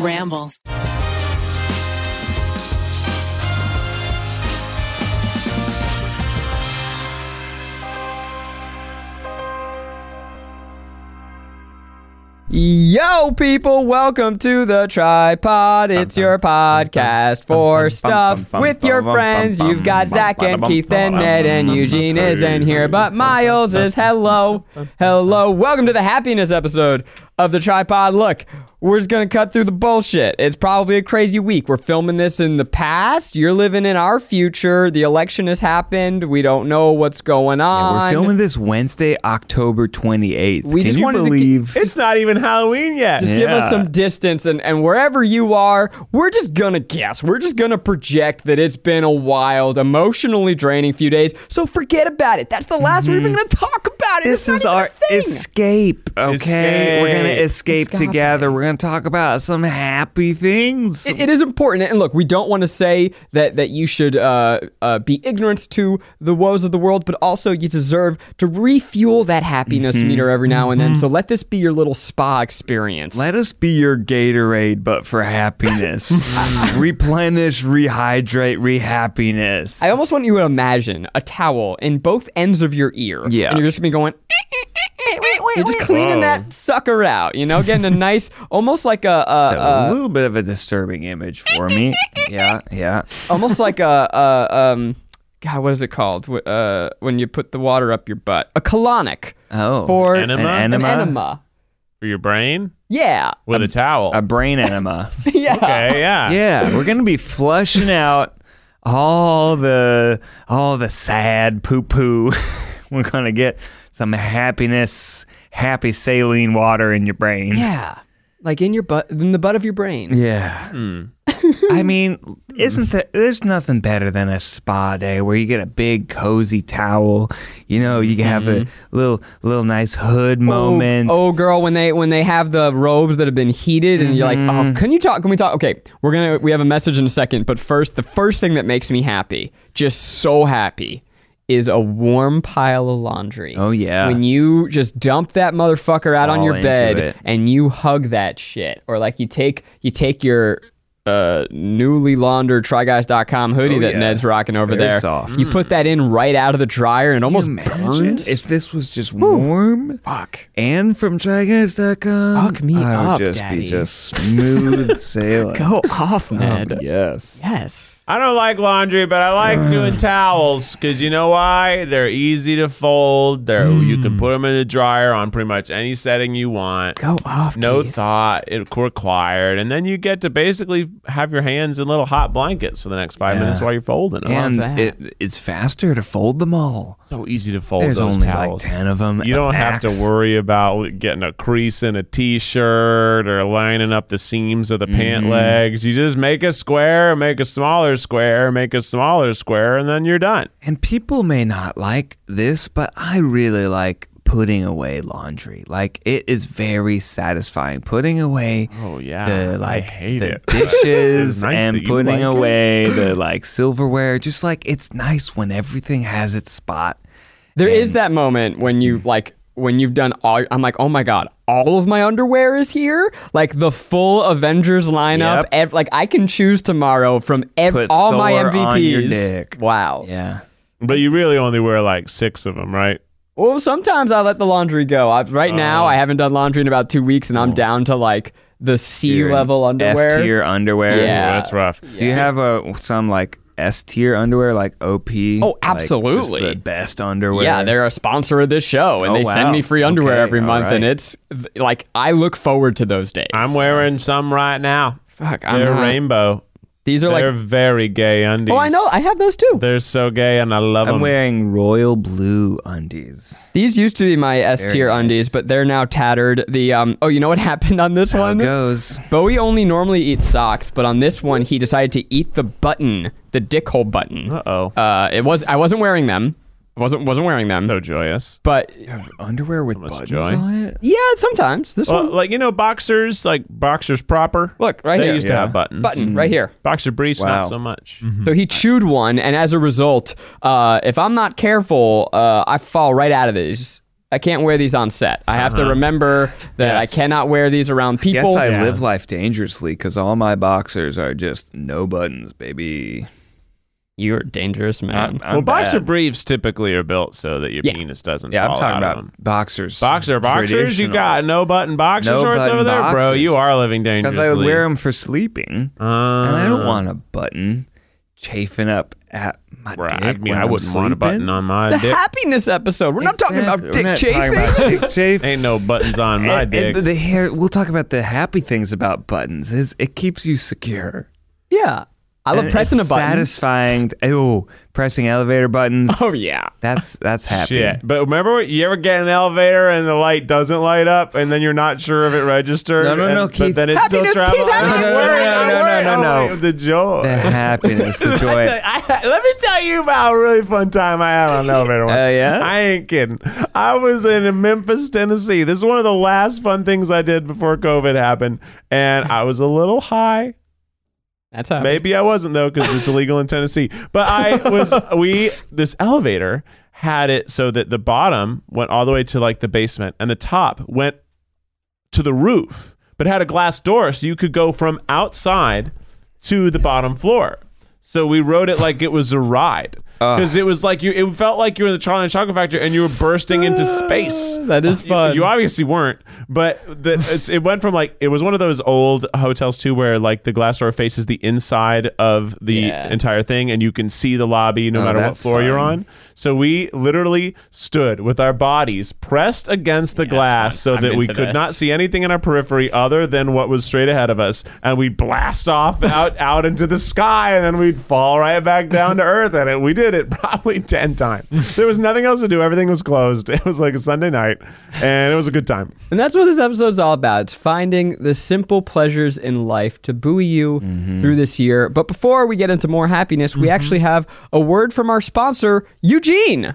Ramble. Yo, people, welcome to the tripod. It's your podcast for stuff with your friends. You've got Zach and Keith and Ned and Eugene isn't here, but Miles is. Hello. Hello. Welcome to the happiness episode of the tripod. Look, we're just going to cut through the bullshit. It's probably a crazy week. We're filming this in the past. You're living in our future. The election has happened. We don't know what's going on. We're filming this Wednesday, October 28th. We Can just you wanted to get- believe? It's not even Halloween yet. Just give us Yeah. some distance, and, and wherever you are, we're just gonna guess. We're just gonna project that it's been a wild, emotionally draining few days. So forget about it. That's the last we're even gonna talk about it. Mm-hmm. this it's is not our even a thing. escape, okay? We're going to escape Escape. together. We're going to talk about some happy things. It- it is important, and look, we don't want to say that that you should uh, uh, be ignorant to the woes of the world, but also you deserve to refuel that happiness Mm-hmm. meter every now and then. So let this be your little spa experience. Let us be your Gatorade, but for happiness. Mm. Replenish, rehydrate, rehappiness. I almost want you to imagine a towel in both ends of your ear. Yeah. And you're just gonna be going. "Eh, You're just cleaning Whoa. that sucker out, you know, getting a nice, almost like a, a a, little bit of a disturbing image for me. yeah, yeah. a almost like a, a um, God, what is it called? Wh- Uh, when you put the water up your butt, a colonic Oh, for an Enema? An an enema, enema. For your brain? Yeah, With a towel. a brain enema. yeah. okay, yeah. yeah, we're gonna be flushing out all the all the sad poo poo. we're gonna get some happiness, happy saline water in your brain. Yeah, like in your butt, in the butt of your brain. Yeah. Hmm. I mean, isn't there, there's nothing better than a spa day where you get a big cozy towel, you know, you have a little little nice hood Mm-hmm. moment. Oh, oh, girl, when they when they have the robes that have been heated, and you're like, oh, Mm-hmm. can you talk? Can we talk? Okay, we're gonna we have a message in a second, but first, the first thing that makes me happy, just so happy, is a warm pile of laundry. Oh, yeah. when you just dump that motherfucker out on Fall your into bed it. and you hug that shit, or like you take you take your. Uh, newly laundered tryguys.com hoodie Oh, that yeah. Ned's rocking over Very there. soft. Mm. You put that in right out of the dryer and it almost Imagine burns. if this was just warm. fuck. and from TryGuys.com. Fuck me I would up, just Daddy. be just smooth sailing. Um, Go off, Ned. Yes. Yes. I don't like laundry, but I like doing towels because you know why? They're easy to fold. They're you Hmm. can put them in the dryer on pretty much any setting you want. Go off. No Keith. thought it required, and then you get to basically have your hands in little hot blankets for the next five minutes while you're folding. them. And that. it, it's faster to fold them all. so easy to fold There's those only towels. like 10 of them. You don't have to worry about getting a crease in a t-shirt or lining up the seams of the pant legs. You just make a square, make a smaller square, make a smaller square, and then you're done. And people may not like this, but I really like putting away laundry. Like it is very satisfying putting away Oh yeah, the like I hate the it. dishes It's nice and that you putting like it. away the like silverware. Just like it's nice when everything has its spot. There is that moment when you like when you've done all. I'm like, oh my god, all of my underwear is here. Like the full Avengers lineup. Yep. Ev- like I can choose tomorrow from ev- Put all my Thor MVPs. on your dick. Wow. Yeah. But you really only wear like six of them, right? Well, sometimes I let the laundry go. I, Uh, right now, I haven't done laundry in about two weeks, and I'm down to like the C level underwear. oh. F tier Yeah. underwear. Ooh, that's rough. Do you have a some like S tier underwear, like OP? Oh, Like, just absolutely. the best underwear. Yeah, they're a sponsor of this show, and Oh, they send wow. me free underwear Okay, every all month, and right. it's th- like I look forward to those days. I'm wearing some right now. fuck. I'm They're not- rainbow. These are They're like very gay undies. oh, I know. I have those too. They're so gay, and I love I'm them. wearing royal blue undies. These used to be my S Very tier nice. undies, but they're now tattered. The um oh, you know what happened on this How it one? goes? Bowie only normally eats socks, but on this one he decided to eat the button, the dick hole button. Uh-oh. Uh, it was I wasn't wearing them. I wasn't wasn't wearing them. so joyous. but Underwear with much buttons joy. on it. yeah, sometimes this Well, one. like you know, boxers, like boxers proper. Look right they here. used to Yeah. have buttons. button right here. Boxer briefs, Wow. not so much. So he chewed one, and as a result, uh, if I'm not careful, uh, I fall right out of these. I can't wear these on set. I have to remember that Yes. I cannot wear these around Guess people. Uh-huh. I live life dangerously because all my boxers are just no buttons, baby. You're dangerous, man. I'm Uh, well, boxer bad. briefs typically are built so that your Yeah. penis doesn't. Yeah, fall I'm talking out of about them. boxers. Boxer boxers, you Traditional. got no button boxer No shorts button over there, bro. boxers. You are living dangerously. Because I would wear them for sleeping, Uh, and I don't want a button chafing up at my Right. dick. I mean, when I I'm wouldn't want a button sleeping. on my the dick. happiness episode. We're not talking about dick Exactly. We're not chafing. talking about dick chafing. Ain't no buttons on my And- dick. and the hair. We'll talk about the happy things about buttons. Is it keeps you secure. yeah, I love And pressing a it's button. Satisfying. Oh, pressing elevator buttons. oh yeah. That's that's happy. Shit. But remember, what, you ever get in an elevator and the light doesn't light up, and then you're not sure if it registered. No, no, and- no, Keith. But then it's still Happiness, Keith, traveling. happiness. Don't No, no, worry, no, don't no, worry. no, no, Oh, no. The joy. The happiness, the joy. I- I- let me tell you about a really fun time I had on an elevator once. Oh, yeah? I ain't kidding. I was in Memphis, Tennessee. This is one of the last fun things I did before COVID happened, and I was a little high. That's how. Maybe I wasn't though because it's illegal in Tennessee. But I was. We this elevator had it so that the bottom went all the way to like the basement, and the top went to the roof, but it had a glass door so you could go from outside to the bottom floor. So we rode it like it was a ride because it was like you. It felt like you were in the Charlie and the Chocolate Factory and you were bursting into space. That is You- fun. You, obviously weren't, but the, it's, it went from like it was one of those old hotels too, where like the glass door faces the inside of the Yeah. entire thing, and you can see the lobby no Oh, matter what that's floor you're fun. on. So we literally stood with our bodies pressed against the glass fun. so I'm that we into could this. not see anything in our periphery other than what was straight ahead of us, and we blast off out out into the sky, and then we'd fall right back down to earth. And it, we did it probably ten times. There was nothing else to do. Everything was closed. It was like a Sunday night, and it was a good time. And that's what this episode's all about. It's finding the simple pleasures in life to buoy you Mm-hmm. through this year. But before we get into more happiness, we actually have a word from our sponsor, Eugene.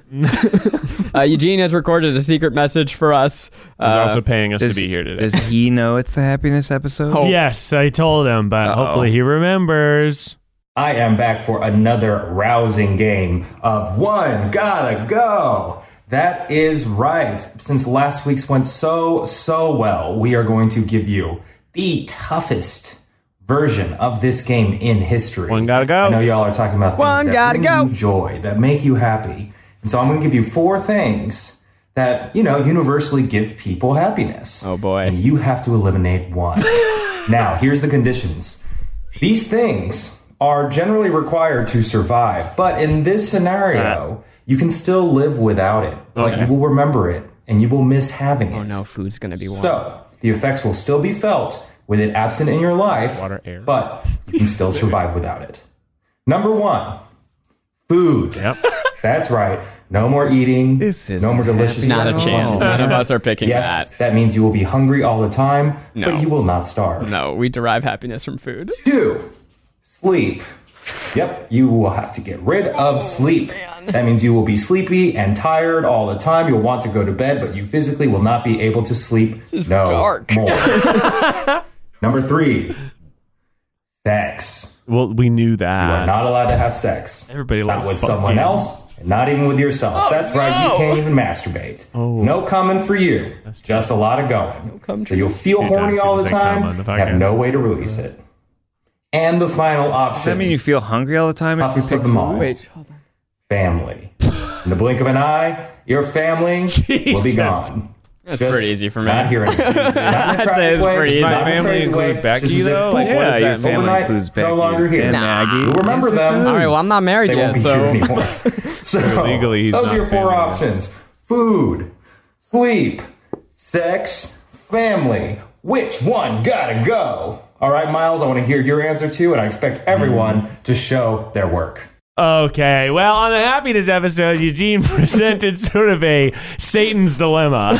uh, Eugene has recorded a secret message for us. He's Uh, also paying us Does- to be here today. Does he know it's the happiness episode? Oh. Yes, I told him, but hopefully he remembers. I am back for another rousing game of one gotta go. That is right. Since last week's went so, so well, we are going to give you the toughest version of this game in history. One gotta go. I know y'all are talking about things One that gotta bring go. you joy, that make you happy. And so I'm going to give you four things that, you know, universally give people happiness. Oh, boy. And you have to eliminate one. now, here's the conditions. These things are generally required to survive, but in this scenario, you can still live without it. Like you will remember it and you will miss having it. oh no, food's gonna be one. So the effects will still be felt with it absent in your life, air. but you can still survive without it. Number one, food. Yep. That's right. No more eating. This is no more delicious. Not a food. chance. None of us are picking Yes, that. that means you will be hungry all the time, No. but you will not starve. No, we derive happiness from food. Two, sleep. Yep, you will have to get rid of sleep. That means you will be sleepy and tired all the time. You'll want to go to bed, but you physically will not be able to sleep no dark. more. Number three, sex. Well, we knew You that. are not allowed to have sex. Everybody not loves with fucking- someone else, and not even with yourself. Oh, That's right, you can't even masturbate. No coming for you. Just a lot of going. so you'll feel horny times all people the say come on time, the and have podcast. no way to release it. And the final option. Does that mean you feel hungry all the time? if you toughest pick of them all. Wait, hold on. Family. In the blink of an eye, your family will be gone. That's Just pretty easy for me. Not here. I'd say it's pretty My easy. family include Becky though. Like, Yeah, what does your that mean? family Overnight, includes no Becky longer here. and Nah. Maggie. You'll remember Yes, it them. does. All right, well, I'm not married They yet, won't be so here anymore. so legally, he's those not are your four family. options: food, sleep, sex, family. Which one gotta go? All right, Miles, I want to hear your answer too, and I expect Hmm. everyone to show their work. Okay, well, on the happiness episode, Eugene presented sort of a Satan's dilemma.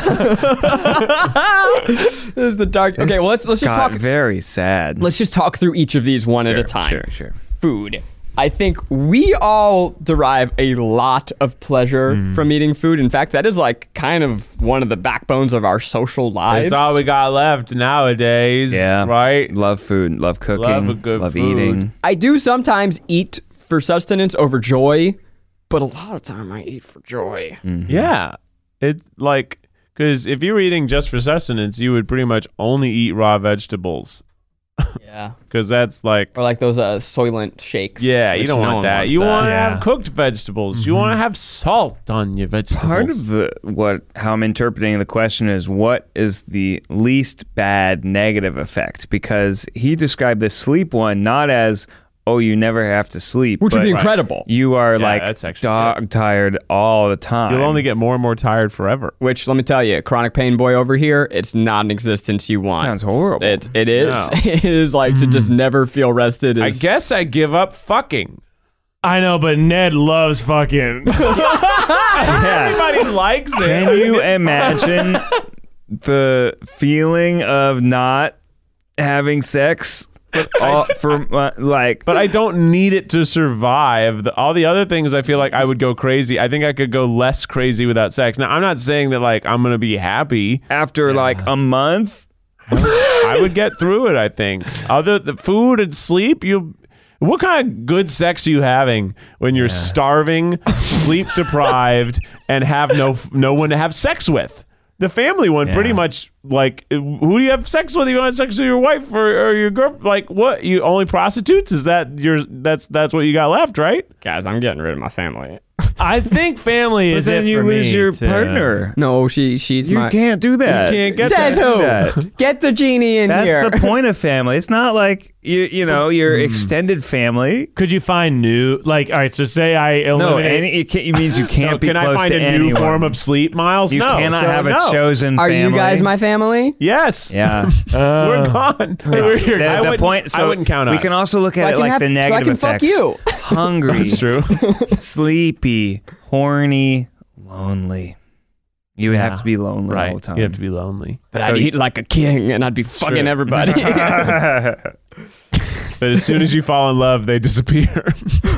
There's the dark. Okay, well let's let's just Got talk. very sad. Let's just talk through each of these one at a time. Sure, sure. food. I think we all derive a lot of pleasure Mm. from eating food. In fact, that is like kind of one of the backbones of our social lives. It's all we got left nowadays. Yeah. Right? Love food. Love cooking. Love a good love food. eating. I do sometimes eat for sustenance over Mm. joy, but a lot of time I eat for joy. Yeah. It's like Because if you were eating just for sustenance, you would pretty much only eat raw vegetables. Yeah. Because that's like, Or like those uh, Soylent shakes. yeah, you which don't no want one that. wants You want to Yeah. have cooked vegetables. You want to have salt on your vegetables. Part of the what how I'm interpreting the question is what is the least bad negative effect? Because he described the sleep one not as oh you never have to sleep, Which would but be incredible. You are Yeah, like that's actually dog tired all the time. You'll only get more and more tired forever. Which let me tell you, chronic pain boy over here, it's not an existence you want. Sounds horrible. It it is. No. Mm. it is like to just never feel rested. Is, I guess I give up fucking. I know, but Ned loves fucking. Everybody likes it. Can you imagine the feeling of not having sex all, for uh, like but I don't need it to survive. The, all the other things, I feel like I would go crazy. I think I could go less crazy without sex. Now, I'm not saying that like I'm gonna be happy. after like a month? I would get through it. I think. Other the food and sleep, you. What kind of good sex are you having when you're starving, sleep deprived, and have no no one to have sex with? The family one, pretty much like who do you have sex with? You want sex with your wife or, or your girlfriend? Like what? You only prostitutes? Is that your? That's that's what you got left, right? guys, I'm getting rid of my family. I think family is it for me, too. No, she she's You my can't do that. You can't get Says Says that. who? who? Get the genie in That's here. the point of family. It's not like you you know your extended family. Could you find new like all right? So say I No, eliminate. any, it can't, it means you can't No, be can close I find to a anyone. new form of sleep, Miles? You no, cannot so have no. a chosen. Are you family. guys my family? Yes, Yeah. we're gone. The, Uh, I the wouldn't- point. So I wouldn't count We us. can also look So at I it can like have- the so I negative can fuck effects. you. Hungry. That's true. sleepy, horny, lonely. You would have to be lonely all the time. You have to be lonely. But I'd eat like a king and I'd be fucking true. everybody. But as soon as you fall in love, they disappear.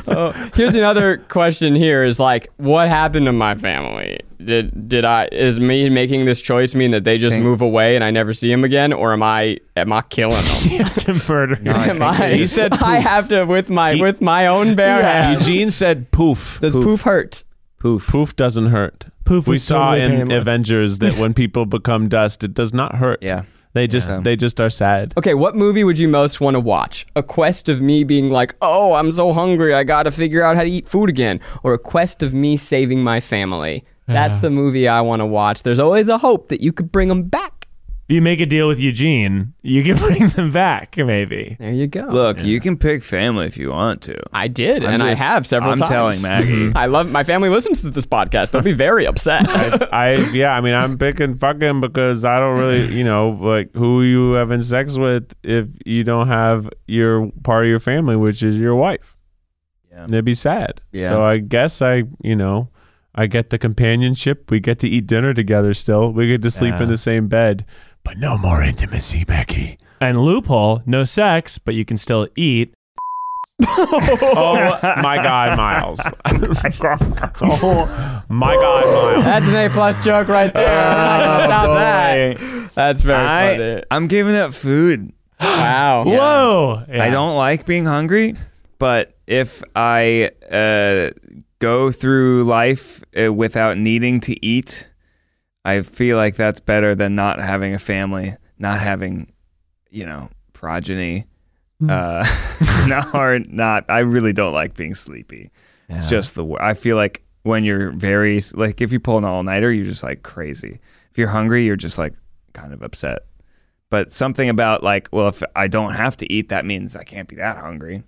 Here's another question here is like what happened to my family? Did did I is me making this choice mean that they just move away and I never see them again or am I am I killing them? to murder. am I He said I have to with my with my own bare hands. Eugene said poof. Does poof, hurt? Poof. Poof doesn't hurt. Poof We is saw totally in painless. Avengers that when people become dust, it does not hurt. Yeah. They just they just are sad. Okay, what movie would you most want to watch? A quest of me being like, "Oh, I'm so hungry. I got to figure out how to eat food again," or a quest of me saving my family. That's the movie I want to watch. There's always a hope that you could bring them back. You make a deal with Eugene, you can bring them back, maybe. There you go. Look, you can pick family if you want to. I did, and just- I have several I'm times. telling Maggie. I love my family listens to this podcast. They'll be very upset. I yeah, I mean I'm picking fucking because I don't really you know like who you having sex with if you don't have your part of your family which is your wife. Yeah. They'd be sad. Yeah. So I guess I you know I get the companionship. We get to eat dinner together. Still, we get to sleep Yeah. in the same bed, but no more intimacy, Becky. And loophole, no sex, but you can still eat. oh my God, Miles. oh my God, Miles. That's an A plus joke right there. I'm not gonna stop that. That's very Oh, I, I'm giving up food. funny. Wow. Whoa! Yeah. I don't like being hungry, but if I uh, go through life uh, without needing to eat, I feel like that's better than not having a family, not having, you know, progeny. Uh, no, or not. I really don't like being sleepy. It's just the. wor- I feel like when you're very like if you pull an all nighter, you're just like crazy. If you're hungry, you're just like kind of upset but something about like, well, if I don't have to eat, that means I can't be that hungry.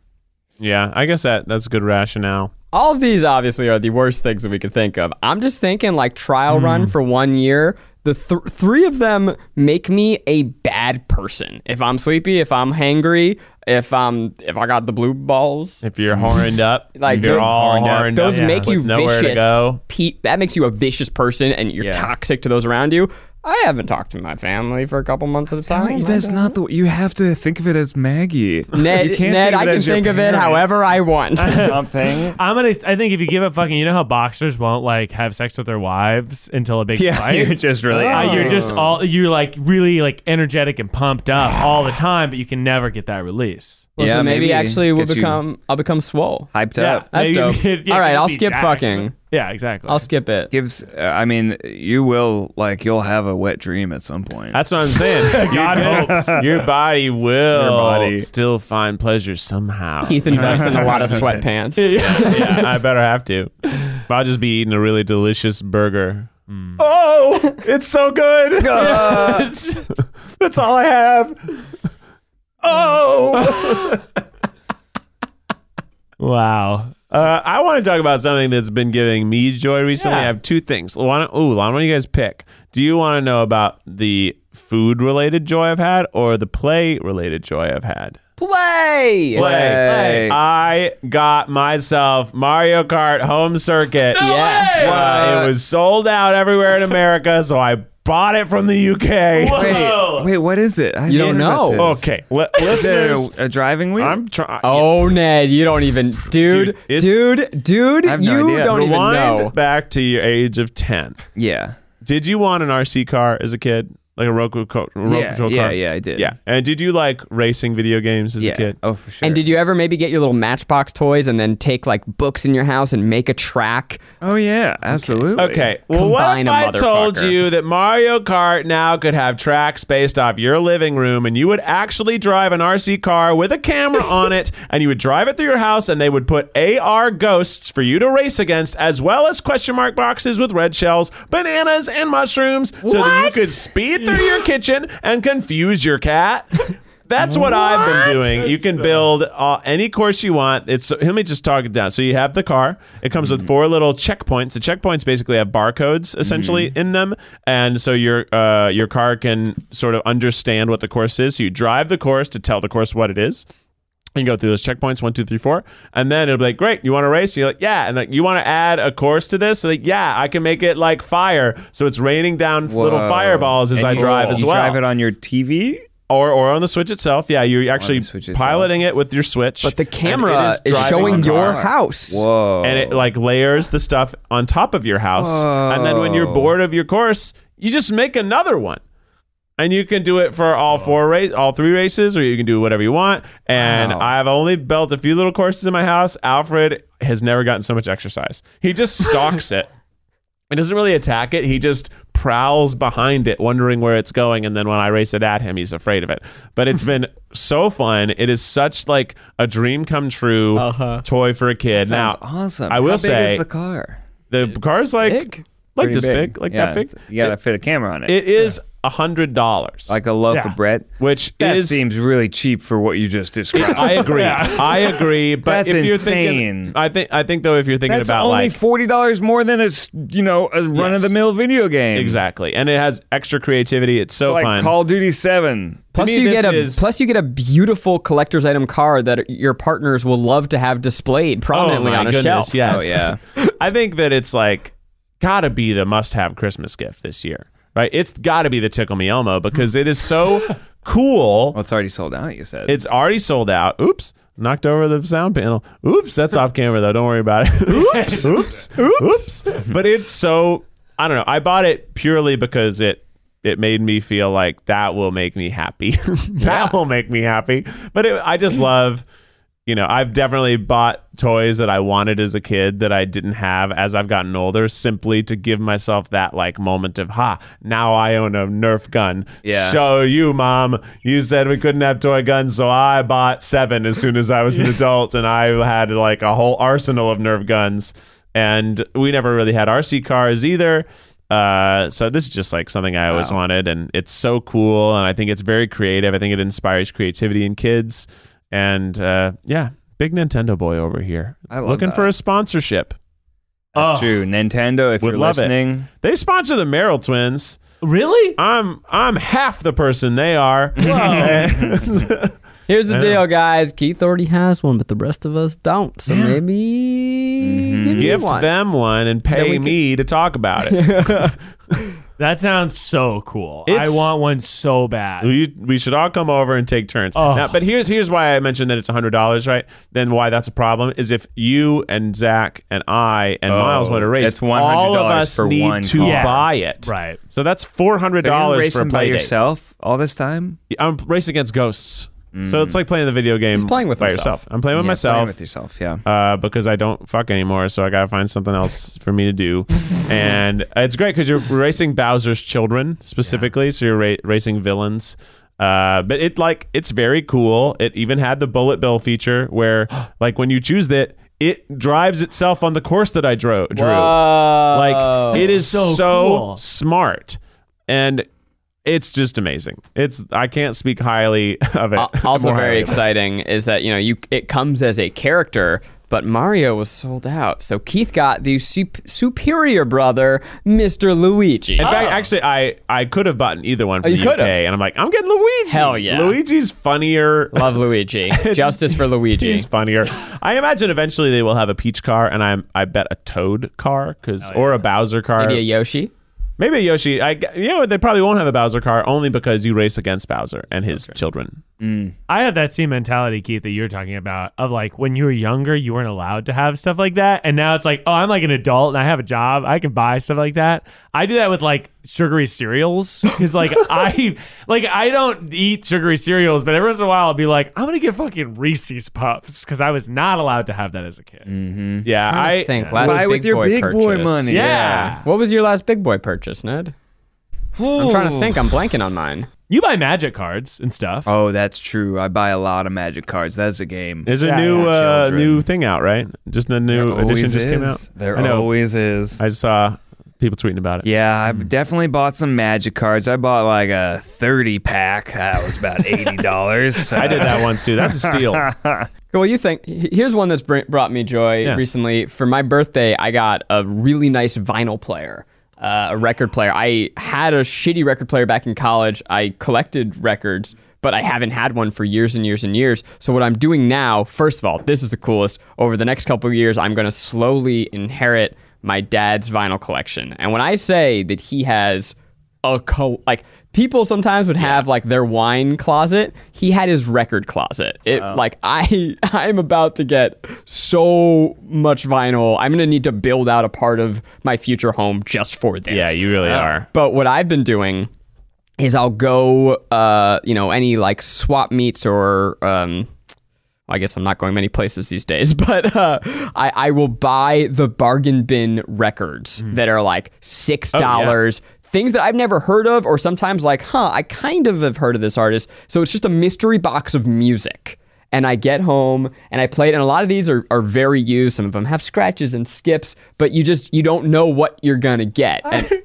Yeah, I guess that that's a good rationale. All of these obviously are the worst things that we could think of. I'm just thinking like trial Hmm. run for one year. The th- three of them make me a bad person. If I'm sleepy, if I'm hangry, if I'm if I got the blue balls, If you're horned up, Like, you're those- all horned up. those make you with nowhere vicious. to go. Pe- that makes you a vicious person, and you're toxic to those around you. I haven't talked to my family for a couple months at a time. That's not the. You have to think of it as Maggie. Ned, you can't Ned think of I it can as your think of it parents. however I want. something. I'm gonna. I think if you give up fucking, you know how boxers won't like have sex with their wives until a big yeah, fight. you're just oh. really. Uh, you're just all you're like really like energetic and pumped up all the time, but you can never get that release. Listen, Yeah, maybe, maybe actually we'll get you- become I'll become swole. Hyped Yeah. up. That's Maybe- dope. yeah, All right, just I'll be skip jacked. fucking. Yeah, exactly. I'll skip it. Gives, uh, I mean, you will like you'll have a wet dream at some point. That's what I'm saying. God hopes your body will body. still find pleasure somehow. Heath invests in a lot of sweatpants. yeah, I better have to. But I'll just be eating a really delicious burger. Oh, it's so good. That's all I have. Oh, Wow. Uh, I want to talk about something that's been giving me joy recently. Yeah. I have two things. Lana, ooh, Lana, what do you guys pick? Do you want to know about the food related joy I've had or the play related joy I've had? Play. Play. I got myself Mario Kart Home Circuit. Yeah. Uh, it was sold out everywhere in America, so I bought it from the UK. Whoa. Wait, what is it? I You don't haven't heard know. about this. Okay, li- Is there listeners, a, a driving wheel? I'm trying. Oh, Ned, you don't even, dude, Dude, it's- dude, dude, I have no you idea. don't even Rewind know. back to your age of ten. yeah. Did you want an RC car as a kid, like a Roku co- remote Yeah, control yeah, car? yeah, I did. Yeah, and did you like racing video games as Yeah. a kid? Oh, for sure. And did you ever maybe get your little Matchbox toys and then take like books in your house and make a track? oh yeah, absolutely. Okay. Well, what Combine if a I told motherfucker. you that Mario Kart now could have tracks based off your living room, and you would actually drive an RC car with a camera on it, and you would drive it through your house, and they would put AR ghosts for you to race against, as well as question mark boxes with red shells, bananas, and mushrooms, so that you could speed through your kitchen and confuse your cat? That's what, I've been doing. You can build uh, any course you want. It's let me just talk it down. So you have the car. It comes with four little checkpoints. The checkpoints basically have barcodes essentially Mm-hmm. in them, and so your uh, your car can sort of understand what the course is. So you drive the course to tell the course what it is. You go through those checkpoints one, two, three, four, and then it'll be like, "Great, you want to race?" You're like, "Yeah," and like, "You want to add a course to this?" So like, "Yeah, I can make it like fire." So it's raining down little Whoa. fireballs as And I you- drive as Oh, you well Drive it on your TV. or or on the Switch itself. Yeah, you're actually Switch itself. piloting it with your Switch. But the and it camera is, driving showing the car. your house. Whoa. and it like layers the stuff on top of your house. And then when Oh. you're Whoa. bored of your course, you just make another one. And you can do it for all Oh. four race, all three races, or you can do whatever you want. And I've only built a few little courses in my house. Alfred has never gotten so much exercise. He just stalks it. It doesn't really attack it. He just prowls behind it, wondering where it's going. And then when I race it at him, he's afraid of it. But it's been so fun. It is such like a dream come true toy for a kid. Uh-huh. Sounds Now, awesome. I will How big say is the car the car's like Big. like Pretty this big, like Yeah, that big. it's- You gotta fit a camera on it. It is a hundred dollars. like a loaf Yeah. of bread. which That is seems really cheap for what you just described. I agree. I agree. But That's if you're insane. thinking, I think I think though if you're thinking That's about only like forty dollars more than a s- you know a run of the mill video game. exactly, and it has extra creativity. It's so Like fun. Call of Duty Seven. Plus me, you this get a is- plus you get a beautiful collector's item car that your partners will love to have displayed oh prominently my on a goodness! shelf. Yes. Oh yeah. I think that it's like gotta be the must-have Christmas gift this year, right? It's gotta be the Tickle Me Elmo because it is so cool. Well, it's already sold out. You said. It's already sold out. Oops. Knocked over the sound panel. Oops, that's off camera though. Don't worry about it. Oops, oops, oops. But it's so I don't know. I bought it purely because it it made me feel like that will make me happy. that will make me happy. But it, I just love you know, I've definitely bought toys that I wanted as a kid that I didn't have as I've gotten older simply to give myself that like moment of ha, now I own a Nerf gun. Yeah. Show you, mom. You said we couldn't have toy guns, so I bought seven as soon as I was an adult and I had like a whole arsenal of Nerf guns. And we never really had RC cars either. Uh, so this is just like something I always wanted, and it's so cool, and I think it's very creative. I think it inspires creativity in kids, and uh, yeah, big Nintendo boy over here, I love looking that. for a sponsorship. Oh, True. Nintendo, if Would you're love it. listening, They sponsor the Merrill twins. really? I'm I'm half the person they are. Here's the deal, guys. Keith already has one, but the rest of us don't. So maybe give me Gift one. them one and Then we pay can- me to talk about it. That sounds so cool. It's- I want one so bad. we, we should all come over and take turns. Oh. Now, but here's here's why I mentioned that it's hundred dollars, right? Then why that's a problem is if you and Zach and I and Oh, Miles want to race, it's all of $100 us for need one to car. Yeah. buy it, Right. So that's four hundred So you're dollars for a racing play by date. yourself all this time. I'm racing against ghosts. So it's like playing the video game. He's playing with by himself. yourself. I'm playing with Mm. Yeah, myself playing with yourself. Yeah. uh, because I don't fuck anymore, so I gotta find something else for me to do. and it's great because you're racing Bowser's children specifically, so you're ra- racing villains. Uh, but it like it's very cool. It even had the bullet bill feature where like when you choose it, it drives itself on the course that I dro- drew. Uh, Like it is so, So cool. smart and. It's just amazing. It's I can't speak highly of it. Al- also more very highly of it. exciting is that you know you it comes as a character but mario was sold out so keith got the sup- superior brother mr luigi In fact, actually, I I could have bought either one from you the UK, could've. and I'm like, I'm getting Luigi. Hell yeah. Luigi's funnier. Oh. love luigi justice for luigi He's funnier. I imagine eventually they will have a Peach car, and I'm I bet a Toad car, cause or a Bowser car, Maybe a yoshi Maybe a Yoshi. I g- you know what, they probably won't have a Bowser car only because you race against Bowser and his children. I have that same mentality, Keith, that you're talking about of like when you were younger, you weren't allowed to have stuff like that. And now it's like, oh, I'm like an adult and I have a job. I can buy stuff like that. I do that with like sugary cereals because like I like I don't eat sugary cereals, but every once in a while I'll be like, I'm gonna get fucking Reese's Puffs because I was not allowed to have that as a kid. Mm. Yeah, I I think last Buy big with your boy big boy purchase. money. Yeah. what was your last big boy purchase ned i'm trying to think i'm blanking on mine You buy magic cards and stuff. Oh, that's true. I buy a lot of magic cards. That's a game. there's a Yeah, new yeah, uh, children. new thing out, right? Just a new edition just came out. There I know. always is. I saw people tweeting about it. Yeah, I've definitely bought some magic cards. I bought like a 30 pack. That was about $80. I did that once too. That's a steal. Well, you think he- here's one that's br- brought me joy Yeah. recently. For my birthday, I got a really nice vinyl player, uh, a record player. I had a shitty record player back in college. I collected records, but I haven't had one for years and years and years. So what I'm doing now, first of all, this is the coolest. Over the next couple of years, I'm going to slowly inherit my dad's vinyl collection. And when I say that he has a co like people sometimes would have like their wine closet he had his record closet it Oh. like i i'm about to get so much vinyl i'm gonna need to build out a part of my future home just for this Uh, yeah, you really are. but what I've been doing is I'll go, uh, you know, any like swap meets or, um, I guess I'm not going many places these days, but uh, I, I will buy the bargain bin records that are like six dollars. Things that I've never heard of, or sometimes like, huh, I kind of have heard of this artist. So it's just a mystery box of music. And I get home and I play it. And a lot of these are, are very used. Some of them have scratches and skips, but you just, you don't know what you're going to get. And-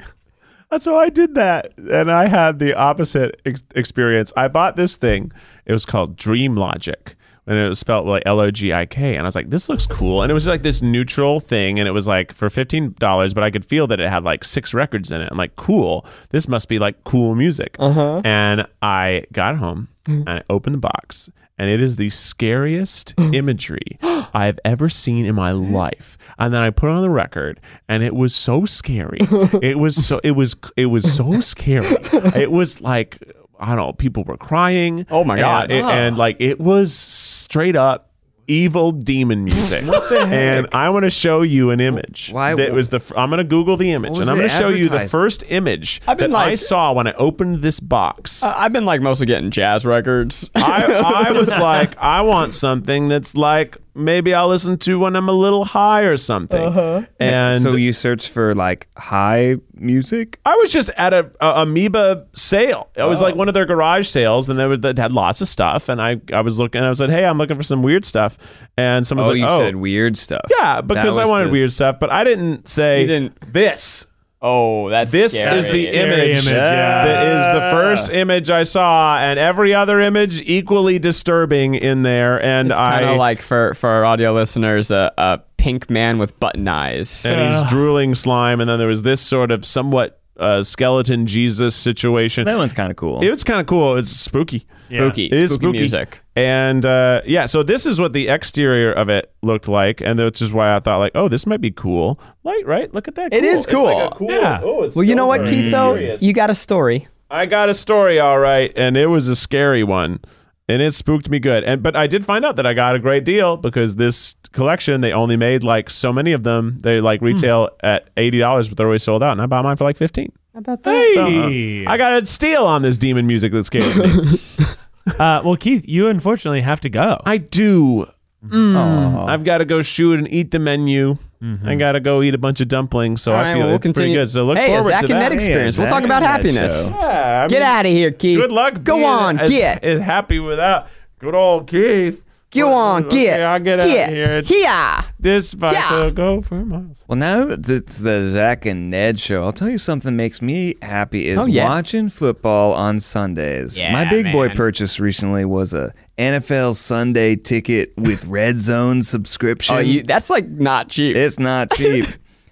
That's how I did that, and I had the opposite ex- experience. I bought this thing. It was called Dream Logic, and it was spelled like L O G I K. And I was like, "This looks cool." And it was like this neutral thing, and it was like for fifteen dollars, but I could feel that it had like six records in it. I'm like, "Cool, this must be like cool music." Uh-huh. And I got home and I opened the box, and it is the scariest imagery I've ever seen in my life. And then I put it on the record, and it was so scary. It was so it was it was so scary. It was like I don't know. People were crying. Oh my God. And, it- and like it was straight up evil demon music. what the heck? And I want to show you an image. Why- That was the. fir- I'm going to Google the image, was and I'm it going to show you the advertised? first image I've been that I like- saw when I opened this box. I- uh, I've been like mostly getting jazz records. I, I was like, I want something that's like maybe I'll listen to when I'm a little high or something. Uh-huh. And so you search for like high music? I was just at a, a amoeba sale. It was like Oh. one of their garage sales, and they, were, they had lots of stuff. And I, I was looking, I said, "Hey, I'm looking for some weird stuff." And someone's Oh, like, you "Oh, said weird stuff. yeah," That because I was wanted the- weird stuff, but I didn't say You didn't- this. oh, that's This scary. is the Scary image, image, yeah. that is the first image I saw, and every other image equally disturbing in there. And kind I of like for for our audio listeners a a pink man with button eyes. and he's drooling slime, and then there was this sort of somewhat uh, skeleton Jesus situation. That one's kind of cool. It was kind of cool. It's spooky. spooky, It is spooky, music. And uh, yeah, so this is what the exterior of it looked like, and which is why I thought like, oh, this might be cool. Light, right? Look at that. It It is is cool. Yeah. oh, Well, you know what, Keith? Though you got a story. I got a story, all right, and it was a scary one, and it spooked me good. And but I did find out that I got a great deal because this collection they only made like so many of them. They like Hmm. retail at eighty dollars, but they're always sold out, and I bought mine for like fifteen. Hey. uh-huh. I got a steal on this demon music that scared me. Uh, well, Keith, you unfortunately have to go. I do. Mm. I've got to go shoot and eat the menu. I got to go eat a bunch of dumplings, so Mm-hmm. All I right, feel well, we'll it's pretty continue. good. So look Hey, a forward Zach to and Ned that. experience. We'll Hey, talk Zach about and Ned happiness. show. Yeah, I Get mean, out of here, Keith. Good luck. Go being on, as, get. as happy without good old Keith. Go on, Okay, get. I'll get out of get here. Here. This Yeah. bus will go for miles. Well, now that it's the Zach and Ned show, I'll tell you something makes me happy is Oh, yeah. watching football on Sundays. Yeah, My big boy man. purchase recently was a NFL Sunday ticket with Red Zone subscription. Oh, you, that's like not cheap. It's not cheap.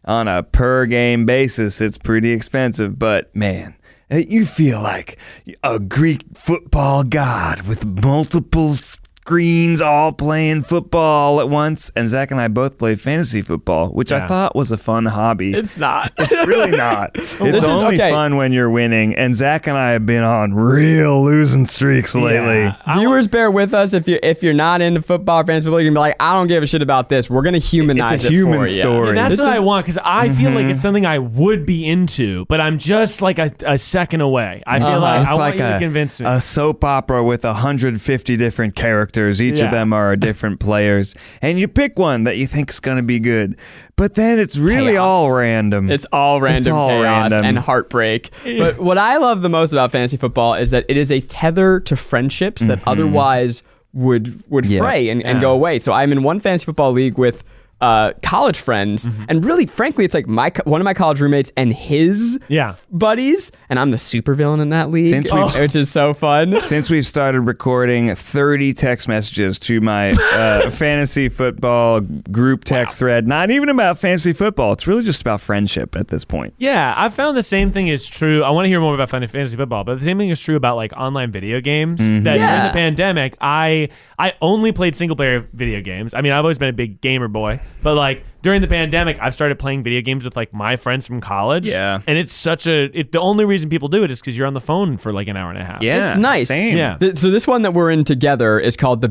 On a per game basis, it's pretty expensive, but man, eh, you feel like a Greek football god with multiple screens all playing football at once. And Zach and I both play fantasy football, which I thought was a fun hobby. It's not. It's really not. It's This is- only okay. fun when you're winning. And Zach and I have been on real losing streaks lately. Viewers, bear with us if you're if you're not into football, or fans football. You're gonna be like, I don't give a shit about this. We're gonna humanize It's a it human for story. And You. that's This what is- I want because I feel Mm-hmm. like it's something I would be into, but I'm just like a, a second away. I feel like Um, it's I like want you a, to convince me. a soap opera with 150 different characters. Each Yeah. of them are different players, and you pick one that you think's going to be good, but then it's really Chaos. all random. It's all random all chaos random. and heartbreak. But what I love the most about fantasy football is that it is a tether to friendships that Mm-hmm. otherwise would would fray and, and go away. So I'm in one fantasy football league with uh, college friends, Mm-hmm. and really, frankly, it's like my co- one of my college roommates and his Yeah. buddies, and I'm the supervillain in that league, Since we've- which is so fun. Since we've started recording, 30 text messages to my uh, fantasy football group text thread. Not even about fantasy football. It's really just about friendship at this point. Yeah, I found the same thing is true. I want to hear more about Final fantasy football, but the same thing is true about like online video games. Mm-hmm. That during Yeah. the pandemic, I I only played single player video games. I mean, I've always been a big gamer boy, but like during the pandemic, I've started playing video games with like my friends from college. Yeah. and it's such a it, the only reason people do it is because you're on the phone for like an hour and a half. Yeah, It's nice. Same. Yeah. Th- so this one that we're in together is called the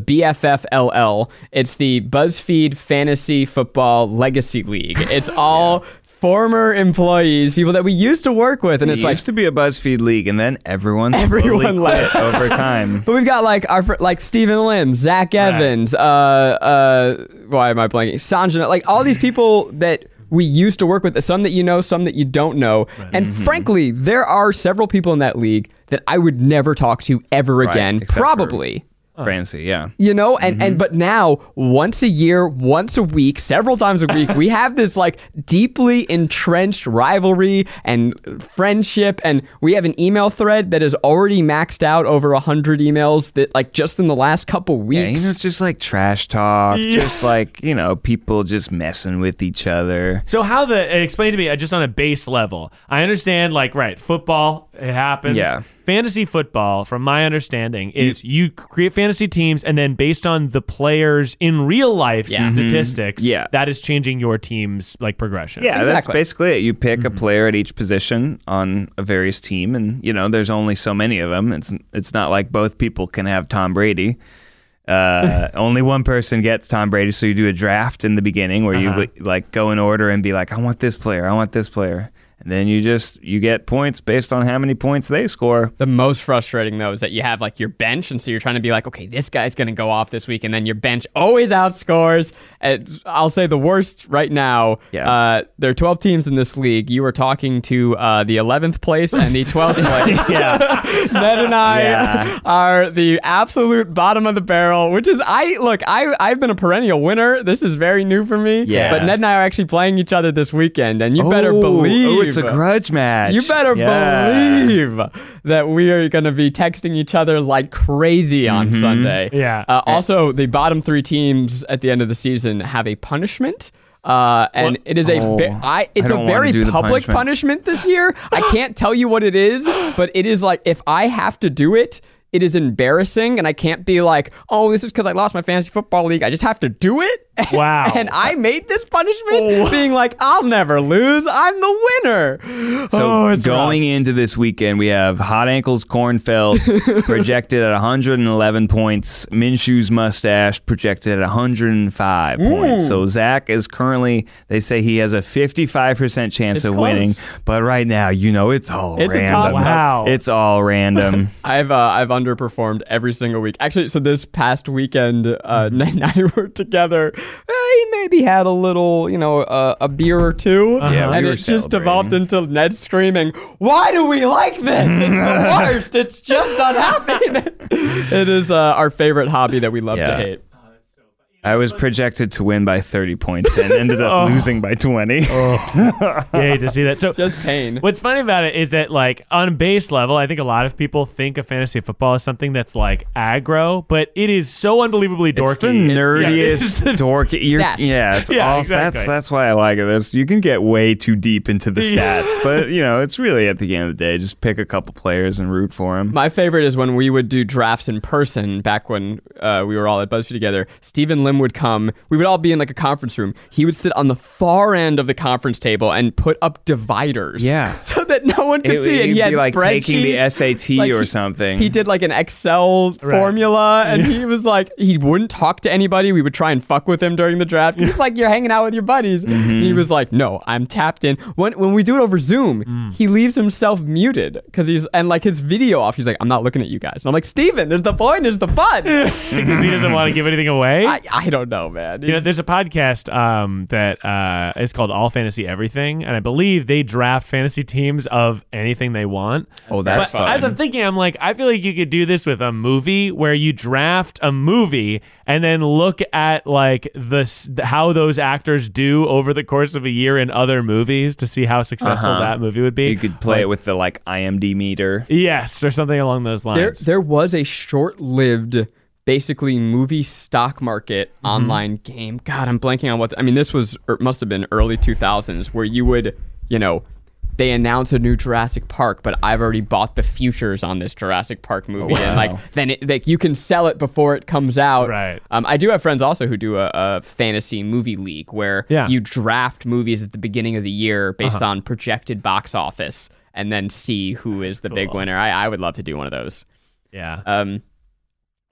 BFFLL. It's the BuzzFeed Fantasy Football Legacy League. It's all former employees, people that we used to work with, and it's it like. used to be a BuzzFeed league, and then everyone slowly Everyone left. quit over time. but we've got like our fr- like Stephen Lim, Zach Evans, uh, uh, why am I blanking? Sanjana, like all these people that we used to work with, some that you know, some that you don't know, and Mm-hmm. frankly, there are several people in that league that I would never talk to ever again, except for- probably. Francie, yeah. you know and Mm-hmm. and but now once a year once a week several times a week we have this like deeply entrenched rivalry and friendship and we have an email thread that is already maxed out over 100 emails that like just in the last couple Yeah, you weeks know, it's just like trash talk, just like you know, people just messing with each other. So how the explain to me uh, just on a base level. I understand like right, football it happens. Yeah. Fantasy football from my understanding is you, create fantasy teams and then based on the players in real life statistics, Yeah. that is changing your team's like progression. Yeah, that's Exactly. Mm-hmm. basically it. You pick a player at each position on a various team, and you know, there's only so many of them. It's it's not like both people can have Tom Brady. Uh, only one person gets Tom Brady, so you do a draft in the beginning where Uh-huh. you li- like go in order and be like, I want this player, I want this player, and then you just you get points based on how many points they score. the most frustrating though is that you have like your bench and so you're trying to be like okay this guy's going to go off this week and then your bench always outscores and i'll say the worst right now Yeah. uh, there are 12 teams in this league you were talking to uh, the 11th place and the 12th place Yeah, Ned and I Yeah. are the absolute bottom of the barrel, which is I look, I I've been a perennial winner. This is very new for me. Yeah. But Ned and I are actually playing each other this weekend, and you better believe Oh, it's a grudge match. you better Yeah. believe that we are going to be texting each other like crazy on Mm-hmm. Sunday. Yeah. Uh, also, the bottom three teams at the end of the season have a punishment. Uh, and it is a Oh, ve- I, it's I don't a wanna very do the public punishment. punishment. this year. I can't tell you what it is, but it is like if I have to do it, it is embarrassing, and I can't be like, "Oh, this is because I lost my fantasy football league. I just have to do it." Wow. Oh. and I made this punishment, being like, "I'll never lose. I'm the winner." So Oh, it's going into this weekend, we have Hot Ankles Cornfeld projected at 111 points. Minshew's mustache projected at 105 points. So Zach is currently, they say he has a 55% chance It's of close. winning. But right now, you know, it's all It's a random. toss-up. Wow. It's all random. I've uh, I've underperformed every single week. Actually, so this past weekend, uh, Nate and I were together. Uh, He maybe had a little, you know, uh, a beer or 2 Yeah, we and were it just celebrating. evolved into Ned screaming, "Why do we like this? It's the worst. It's just unhappy." it is uh, our favorite hobby that we love to Yeah. hate. I was projected to win by 30 points and ended Oh. up losing by 20. yeah, you to see that. So Just pain. What's funny about it is that, like, on a base level, I think a lot of people think of fantasy football as something that's like aggro, but it is so unbelievably dorky. It's the It's nerdiest, the- dorky. You're, Stats. yeah, it's Yeah, all exactly. that's that's why I like it. This you can get way too deep into the stats, but you know it's really at the end of the day, just pick a couple players and root for them. My favorite is when we would do drafts in person back when uh, we were all at BuzzFeed together. Stephen Lim would come. We would all be in like a conference room. He would sit on the far end of the conference table and put up dividers. Yeah. So that no one could It- see. And he'd he had be like taking the spreadsheets. SAT Like, or he- something. He did like an Excel Right. formula and he was like, he wouldn't talk to anybody. We would try and fuck with him during the draft. He's like, you're hanging out with your buddies. Mm-hmm. And he was like, no, I'm tapped in. When, when we do it over Zoom, Mm. he leaves himself muted because he's, and like his video off, he's like, I'm not looking at you guys. And I'm like, Steven, there's the point, there's the fun. Because he doesn't want to give anything away. I, I don't know, man. You know, there's a podcast um, that uh, is called All Fantasy Everything, and I believe they draft fantasy teams of anything they want. Oh, that's but fun. As I'm thinking, I'm like, I feel like you could do this with a movie where you draft a movie and then look at like the s- how those actors do over the course of a year in other movies to see how successful that movie would be. Uh-huh. you could play it with the like IMD meter. yes, or something along those there, lines. there was a short-lived basically movie stock market Mm-hmm. online game god i'm blanking on what the, i mean this was or it must have been early 2000s where you would you know they announce a new Jurassic Park, but I've already bought the futures on this Jurassic Park Oh, movie, and like then it, like you can sell it before it comes out. Right. Um, I do have friends also who do a, a fantasy movie league where Yeah. Uh-huh. you draft movies at the beginning of the year based on projected box office, and then see who is the big winner. I, I would love to do one of those. yeah. Uh, Um,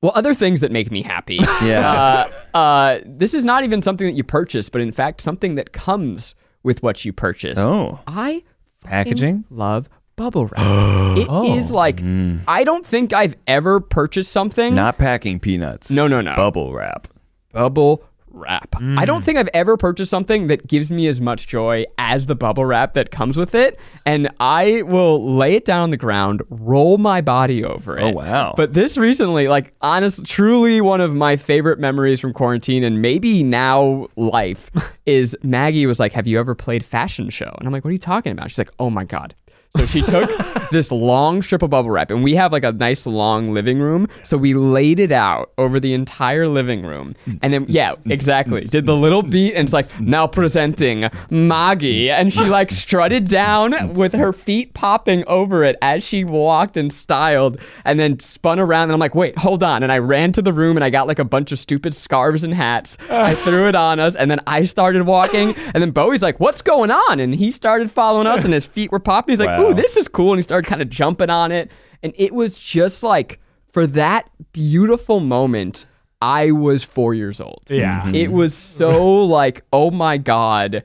well, other things that make me happy. Yeah, uh, uh, this is not even something that you purchase, but in fact, something that comes with what you purchase. Oh. I fucking Packaging? Oh. Mm. love bubble wrap. It is like I don't think I've ever purchased something. not packing peanuts. no, no, no. bubble wrap. bubble wrap. I Mm. don't think I've ever purchased something that gives me as much joy as the bubble wrap that comes with it. And I will lay it down on the ground, roll my body over it. Oh, wow. But this recently, like honest truly one of my favorite memories from quarantine and maybe now life is Maggie was like, Have you ever played fashion show? And I'm like, What are you talking about? She's like, Oh my God. So she took this long strip of bubble wrap, and we have like a nice long living room. So we laid it out over the entire living room. And then, yeah, exactly. Did the little beat, and it's like, now presenting Maggie. And she like strutted down with her feet popping over it as she walked and styled, and then spun around. And I'm like, wait, hold on. And I ran to the room and I got like a bunch of stupid scarves and hats. I threw it on us, and then I started walking. And then Bowie's like, what's going on? And he started following us, and his feet were popping. He's like, Wow. ooh, this is cool. And he started kind of jumping on it. And it was just like, for that beautiful moment, I was four years old. Mm-hmm. Yeah. Mhm. It was so like, oh my God.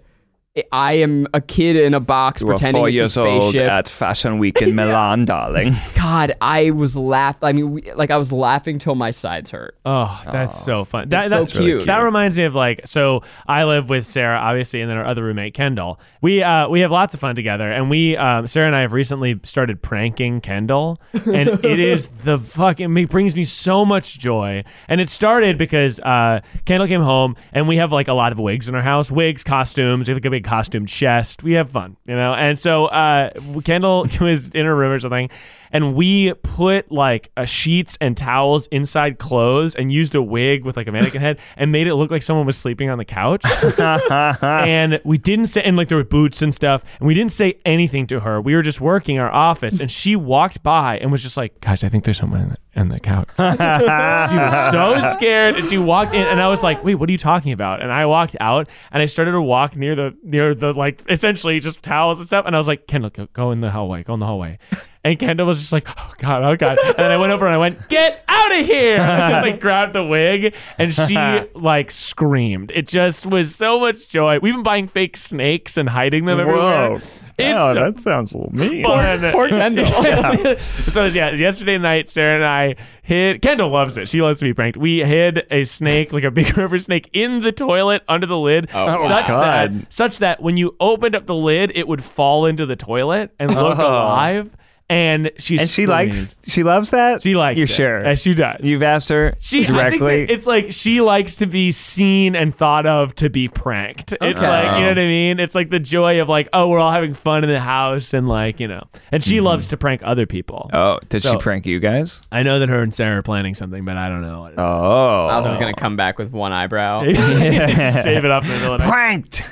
I am a kid in a box You were pretending four it's years a old spaceship. at Fashion Week in Milan, darling. God, I was laugh. I mean, we, like I was laughing till my sides hurt. Oh, that's so fun. That, It's that's so cute. That reminds me of like so I live with Sarah obviously and then our other roommate Kendall. We uh we have lots of fun together and we um Sarah and I have recently started pranking Kendall and it is the fucking it brings me so much joy. And it started because uh Kendall came home and we have like a lot of wigs in our house, wigs, costumes, we have like a big costume chest. We have fun, you know. And so uh Kendall was in her room or something and we put like uh sheets and towels inside clothes and used a wig with like a mannequin head and made it look like someone was sleeping on the couch. and we didn't say, and like there were boots and stuff, and we didn't say anything to her. We were just working our office, and she walked by and was just like, "Guys, I think there's someone in the, in the couch." she was so scared, and she walked in, and I was like, "Wait, what are you talking about?" And I walked out, and I started to walk near the near the like essentially just towels and stuff, and I was like, "Kendall, go, go in the hallway, go in the hallway." And Kendall was just like, oh God, oh God. And then I went over and I went, get out of here. And I just like grabbed the wig and she like screamed. It just was so much joy. We've been buying fake snakes and hiding them everywhere. oh, that sounds a little mean. fun. Poor Kendall. so yeah, yesterday night, Sarah and I hid. Kendall loves it. She loves to be pranked. We hid a snake, like a big river snake, in the toilet under the lid, such Oh, God. that such that when you opened up the lid, it would fall into the toilet and look alive. And she's Oh. And she likes, she loves that. she likes You're it. sure? Yes, she does. You've asked her She, I directly. think that it's like she likes to be seen and thought of to be pranked. It's Okay. like you know what I mean. It's like the joy of like, oh, we're all having fun in the house and like you know. And Mm-hmm. she loves to prank other people. Oh, did she So- prank you guys? I know that her and Sarah are planning something, but I don't know. what it is. Oh, Miles is gonna come back with one eyebrow. Just shave it up in the middle of the night. pranked.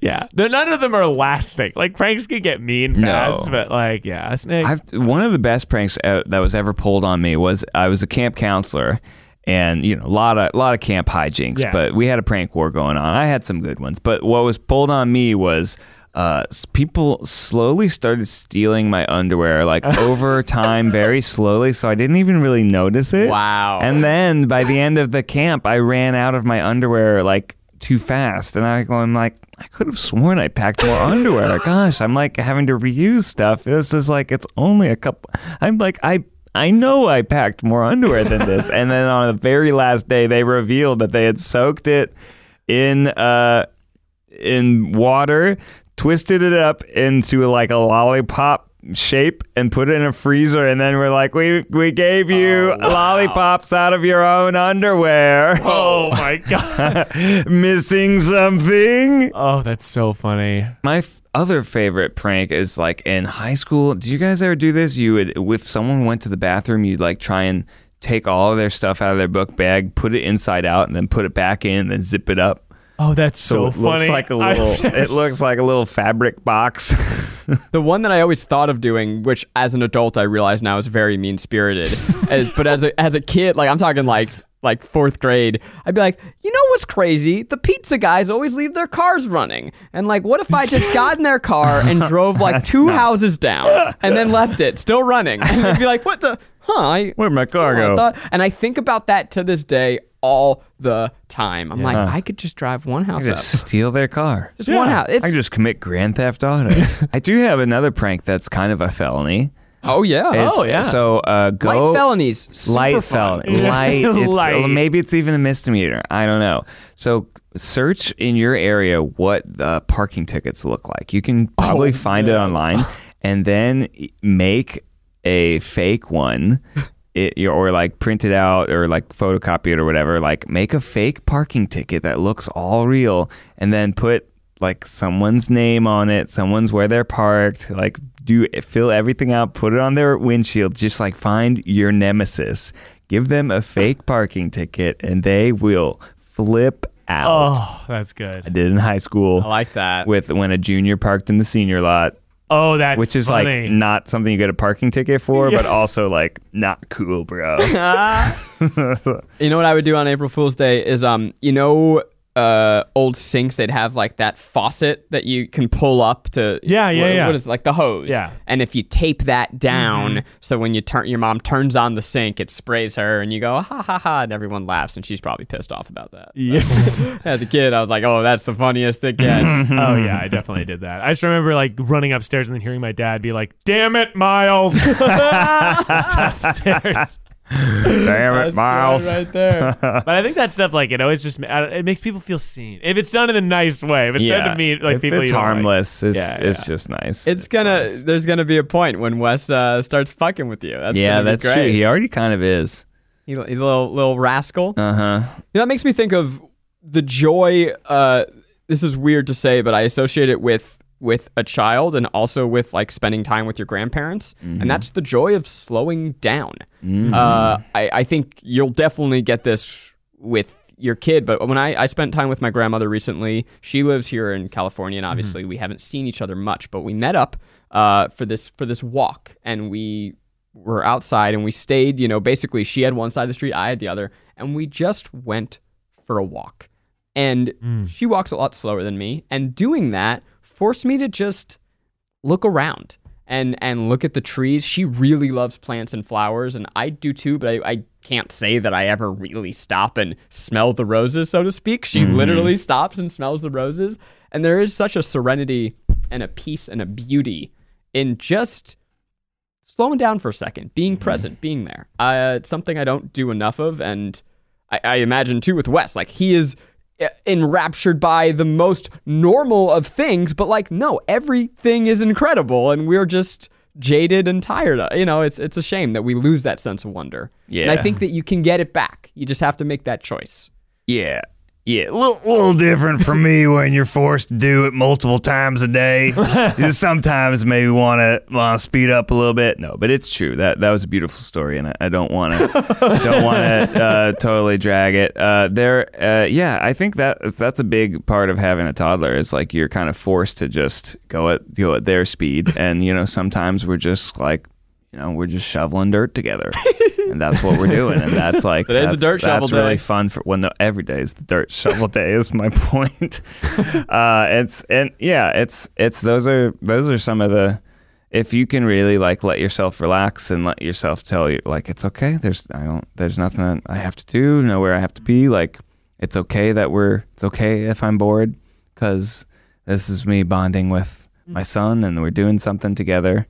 Yeah, They're- none of them are lasting. Like pranks can get mean fast, but like yeah, a snake. I've one of the best pranks uh, that was ever pulled on me was I was a camp counselor, and you know a lot of lot of camp hijinks, Yeah. but we had a prank war going on. I had some good ones, but what was pulled on me was. Uh, s- people slowly started stealing my underwear, like over time, very slowly. So I didn't even really notice it. Wow. And then by the end of the camp, I ran out of my underwear like too fast, and I, I'm like, I could have sworn I packed more underwear. Gosh, I'm like having to reuse stuff. This is like it's only a couple. I'm like I. I know I packed more underwear than this. and then on the very last day, they revealed that they had soaked it in uh, in water, twisted it up into like a lollipop shape and put it in a freezer and then we're like we we gave you lollipops out of your own underwear oh my god. missing something Oh, that's so funny. my f- other favorite prank is like in high school do you guys ever do this you would if someone went to the bathroom you'd like try and take all of their stuff out of their book bag put it inside out and then put it back in and then zip it up Oh, that's so so, it funny. looks like a I've little never it looks like a little fabric box The one that I always thought of doing, which as an adult I realize now is very mean spirited, as but as a as a kid, like I'm talking like like fourth grade, I'd be like, you know what's crazy? The pizza guys always leave their cars running, and like, what if I just got in their car and drove like two houses down and then left it still running? And they'd be like, what the? Huh? I, Where'd my car I go? thought- and I think about that to this day all the time. I'm like, I could just drive one house up, just steal their car just one house. It's, I just commit grand theft auto. I do have another prank that's kind of a felony. oh yeah, It's- Oh, yeah. So uh, go light felonies, super light fun. felony, light. It's, Light. Maybe it's even a misdemeanor. I don't know. So search in your area what the parking tickets look like. You can Oh, probably find it online, and then e, make a fake one. It, or like print it out or like photocopy it or whatever like make a fake parking ticket that looks all real and then put like someone's name on it someone's where they're parked like do fill everything out put it on their windshield just like find your nemesis give them a fake parking ticket and they will flip out Oh, that's good. i did in high school I like that. with when a junior parked in the senior lot Oh, that's which is funny. like not something you get a parking ticket for, but also like not cool, bro. You know what I would do on April Fool's Day is um, you know, uh, old sinks they'd have like that faucet that you can pull up to. Yeah, yeah, what, yeah. What is it, like the hose? Yeah. And if you tape that down, so when you turn your mom turns on the sink, it sprays her, and you go ha ha ha, and everyone laughs, and she's probably pissed off about that. Yeah. As a kid, I was like, oh, that's the funniest thing yet. oh yeah, I definitely did that. I just remember like running upstairs and then hearing my dad be like, "Damn it, Miles!" Downstairs. Damn it, Miles. right there. But I think that stuff like it always just I don't- it makes people feel seen. If it's done in a nice way, if it's done to me like If people it's you don't like. harmless. It's, Yeah, it's just nice. It's gonna. There's gonna be a point when Wes uh, starts fucking with you. That's yeah, gonna be that's great. true. He already kind of is. He- He's a little little rascal. Uh You huh. know, that makes me think of the joy. Uh, this is weird to say, but I associate it with with a child and also with like spending time with your grandparents, and that's the joy of slowing down. Uh, I, I think you'll definitely get this with your kid. But when I, I spent time with my grandmother recently, she lives here in California, and obviously we haven't seen each other much, but we met up uh, for this for this walk, and we were outside and we stayed, you know, basically she had one side of the street, I had the other, and we just went for a walk. And she walks a lot slower than me, and doing that forced me to just look around and and look at the trees. She really loves plants and flowers, and I do too. But I, I can't say that I ever really stop and smell the roses, so to speak. She literally stops and smells the roses, and there is such a serenity and a peace and a beauty in just slowing down for a second, being present, being there. Uh, it's something I don't do enough of, and I, I imagine too with Wes, like he is uh, enraptured by the most normal of things, but like no, everything is incredible, and we're just jaded and tired. Of, you know, it's it's a shame that we lose that sense of wonder. and I Yeah. think that you can get it back. You just have to make that choice. Yeah. Yeah, a little, little different for me when you're forced to do it multiple times a day. You Sometimes maybe want to want to speed up a little bit. No, but it's true. That that was a beautiful story, and I, I don't want to don't want to uh, totally drag it. Uh, there, uh, yeah, I think that that's a big part of having a toddler. Is like you're kind of forced to just go at go at their speed, and you know sometimes we're just like. You know, we're just shoveling dirt together, and that's what we're doing. And that's like Today's the that's, dirt shovel that's really day. fun for well no every day is the dirt shovel day is my point uh it's and yeah it's it's those are those are some of the if you can really like let yourself relax and let yourself tell you like it's okay there's i don't there's nothing that i have to do nowhere i have to be like it's okay that we're it's okay if i'm bored because this is me bonding with my son and we're doing something together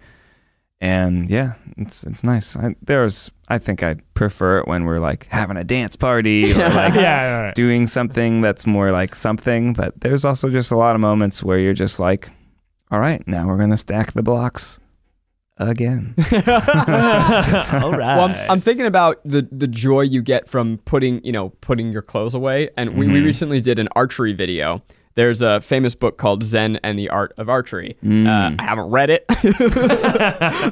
and yeah, it's it's nice. I, there's I think I prefer it when we're like having a dance party or like yeah, right. doing something that's more like something. But there's also just a lot of moments where you're just like, all right, now we're gonna stack the blocks again. All right. Well, I'm, I'm thinking about the the joy you get from putting you know putting your clothes away, and we, we recently did an archery video. There's a famous book called Zen and the Art of Archery. Uh, I haven't read it,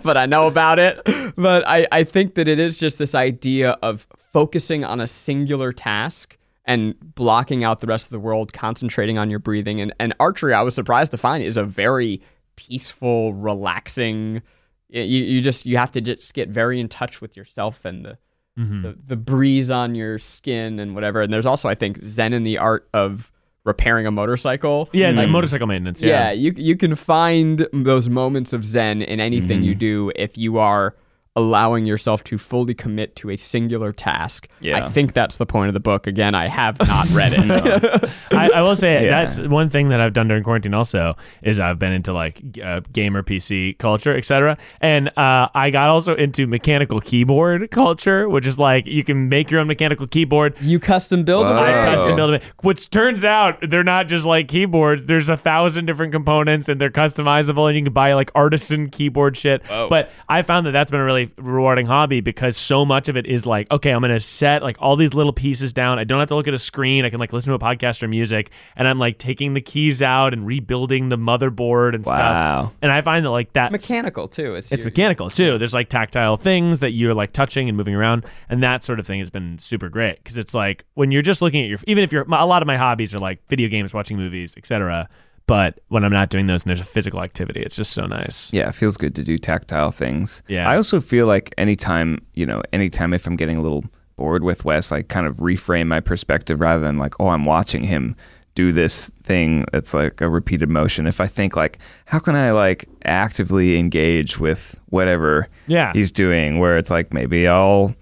but I know about it. But I, I think that it is just this idea of focusing on a singular task and blocking out the rest of the world, concentrating on your breathing. And, and archery, I was surprised to find, is a very peaceful, relaxing. You, you just you have to just get very in touch with yourself and the, the the breeze on your skin and whatever. And there's also, I think, Zen in the art of repairing a motorcycle. yeah, Mm. like motorcycle maintenance. Yeah, Yeah. you you can find those moments of zen in anything Mm-hmm. you do if you are allowing yourself to fully commit to a singular task. Yeah. I think that's the point of the book. Again, I have not read it. I, I will say Yeah. that's one thing that I've done during quarantine. Also, is I've been into like g- uh, gamer PC culture, etc. And uh, I got also into mechanical keyboard culture, which is like you can make your own mechanical keyboard. you custom build Wow. I Oh. custom build it, which turns out they're not just like keyboards. There's a thousand different components, and they're customizable, and you can buy like artisan keyboard shit. But I found that that's been a really rewarding hobby because so much of it is like, okay, I'm gonna set like all these little pieces down. I don't have to look at a screen. I can like listen to a podcast or music, and I'm like taking the keys out and rebuilding the motherboard and Wow. stuff. And I find that like that Mechanical too. It's, it's your- mechanical too. There's like tactile things that you're like touching and moving around, and that sort of thing has been super great because it's like when you're just looking at your. Even if you're a lot of my hobbies are like video games, watching movies, etc. But when I'm not doing those and there's a physical activity, it's just so nice. Yeah, it feels good to do tactile things. Yeah. I also feel like anytime, you know, anytime if I'm getting a little bored with Wes, I kind of reframe my perspective rather than like, oh, I'm watching him do this thing that's like a repeated motion. If I think like, how can I like actively engage with whatever Yeah. he's doing where it's like maybe I'll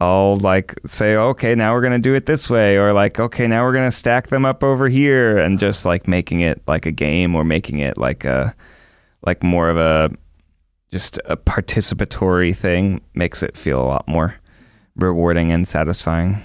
I'll like say, okay, now we're gonna do it this way, or like, okay, now we're gonna stack them up over here, and just like making it like a game or making it like a like more of a just a participatory thing makes it feel a lot more rewarding and satisfying.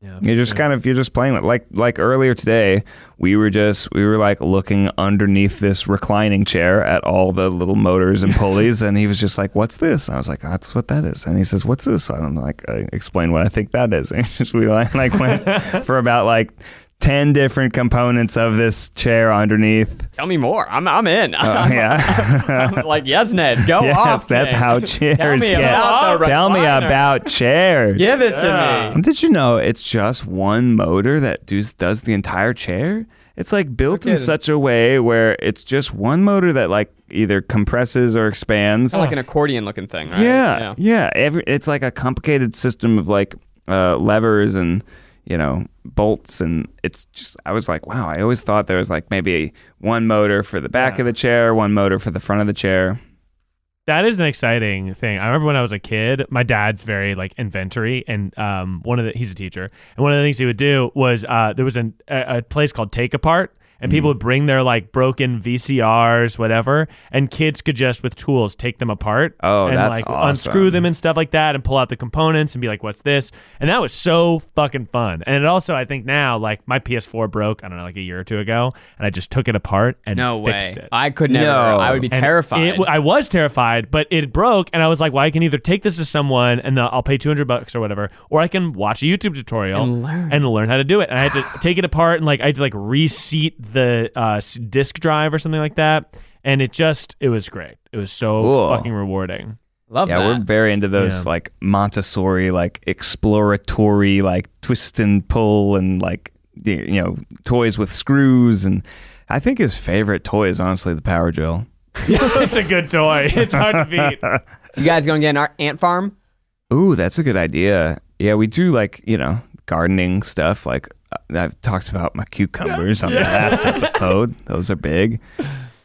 Yeah, You're just kind of you're just playing with like like earlier today we were just we were like looking underneath this reclining chair at all the little motors and pulleys and he was just like what's this and I was like that's what that is and he says what's this and I'm like I explain what I think that is and just we like like went for about like ten different components of this chair underneath Tell me more. I'm I'm in. oh yeah I'm like yes, Ned, go yes off. that's Ned. how chairs Oh, Tell me get about the tell me recliner. about chairs Give it to me. um, Did you know it's just one motor that does, does the entire chair? It's like built in kidding. such a way where it's just one motor that like either compresses or expands. It's like an accordion looking thing, right? Yeah, yeah. Every, it's like a complicated system of like uh, levers and you know bolts, and it's just. I was like, wow. I always thought there was like maybe one motor for the back of the chair, one motor for the front of the chair. That is an exciting thing. I remember when I was a kid, my dad's very like inventory, and um, one of the he's a teacher, and one of the things he would do was uh, there was an, a, a place called Take Apart, and people Mm. would bring their like broken VCRs, whatever, and kids could just with tools take them apart. Oh, and that's like awesome. unscrew them and stuff like that, and pull out the components and be like, "What's this?" And that was so fucking fun. And it also, I think now, like my PS4 broke, I don't know, like a year or two ago, and I just took it apart and No way. fixed it. I could never. No. I would be And terrified. It, I was terrified, but it broke, and I was like, "Well, I can either take this to someone, and the, I'll pay two hundred bucks or whatever, or I can watch a YouTube tutorial And learn. and learn how to do it." And I had to take it apart, and like I had to like reseat the uh, s- disk drive or something like that, and it just it was great. It was so Cool. fucking rewarding. Love Yeah, that. we're very into those Yeah. like Montessori, like exploratory, like twist and pull, and like y- you know toys with screws. And I think his favorite toy is honestly the Power Drill. it's a good toy. It's hard to beat. you guys going to get an ar- ant farm? Ooh, that's a good idea. Yeah, we do like you know gardening stuff. Like uh, I've talked about my cucumbers on the last episode. Those are big.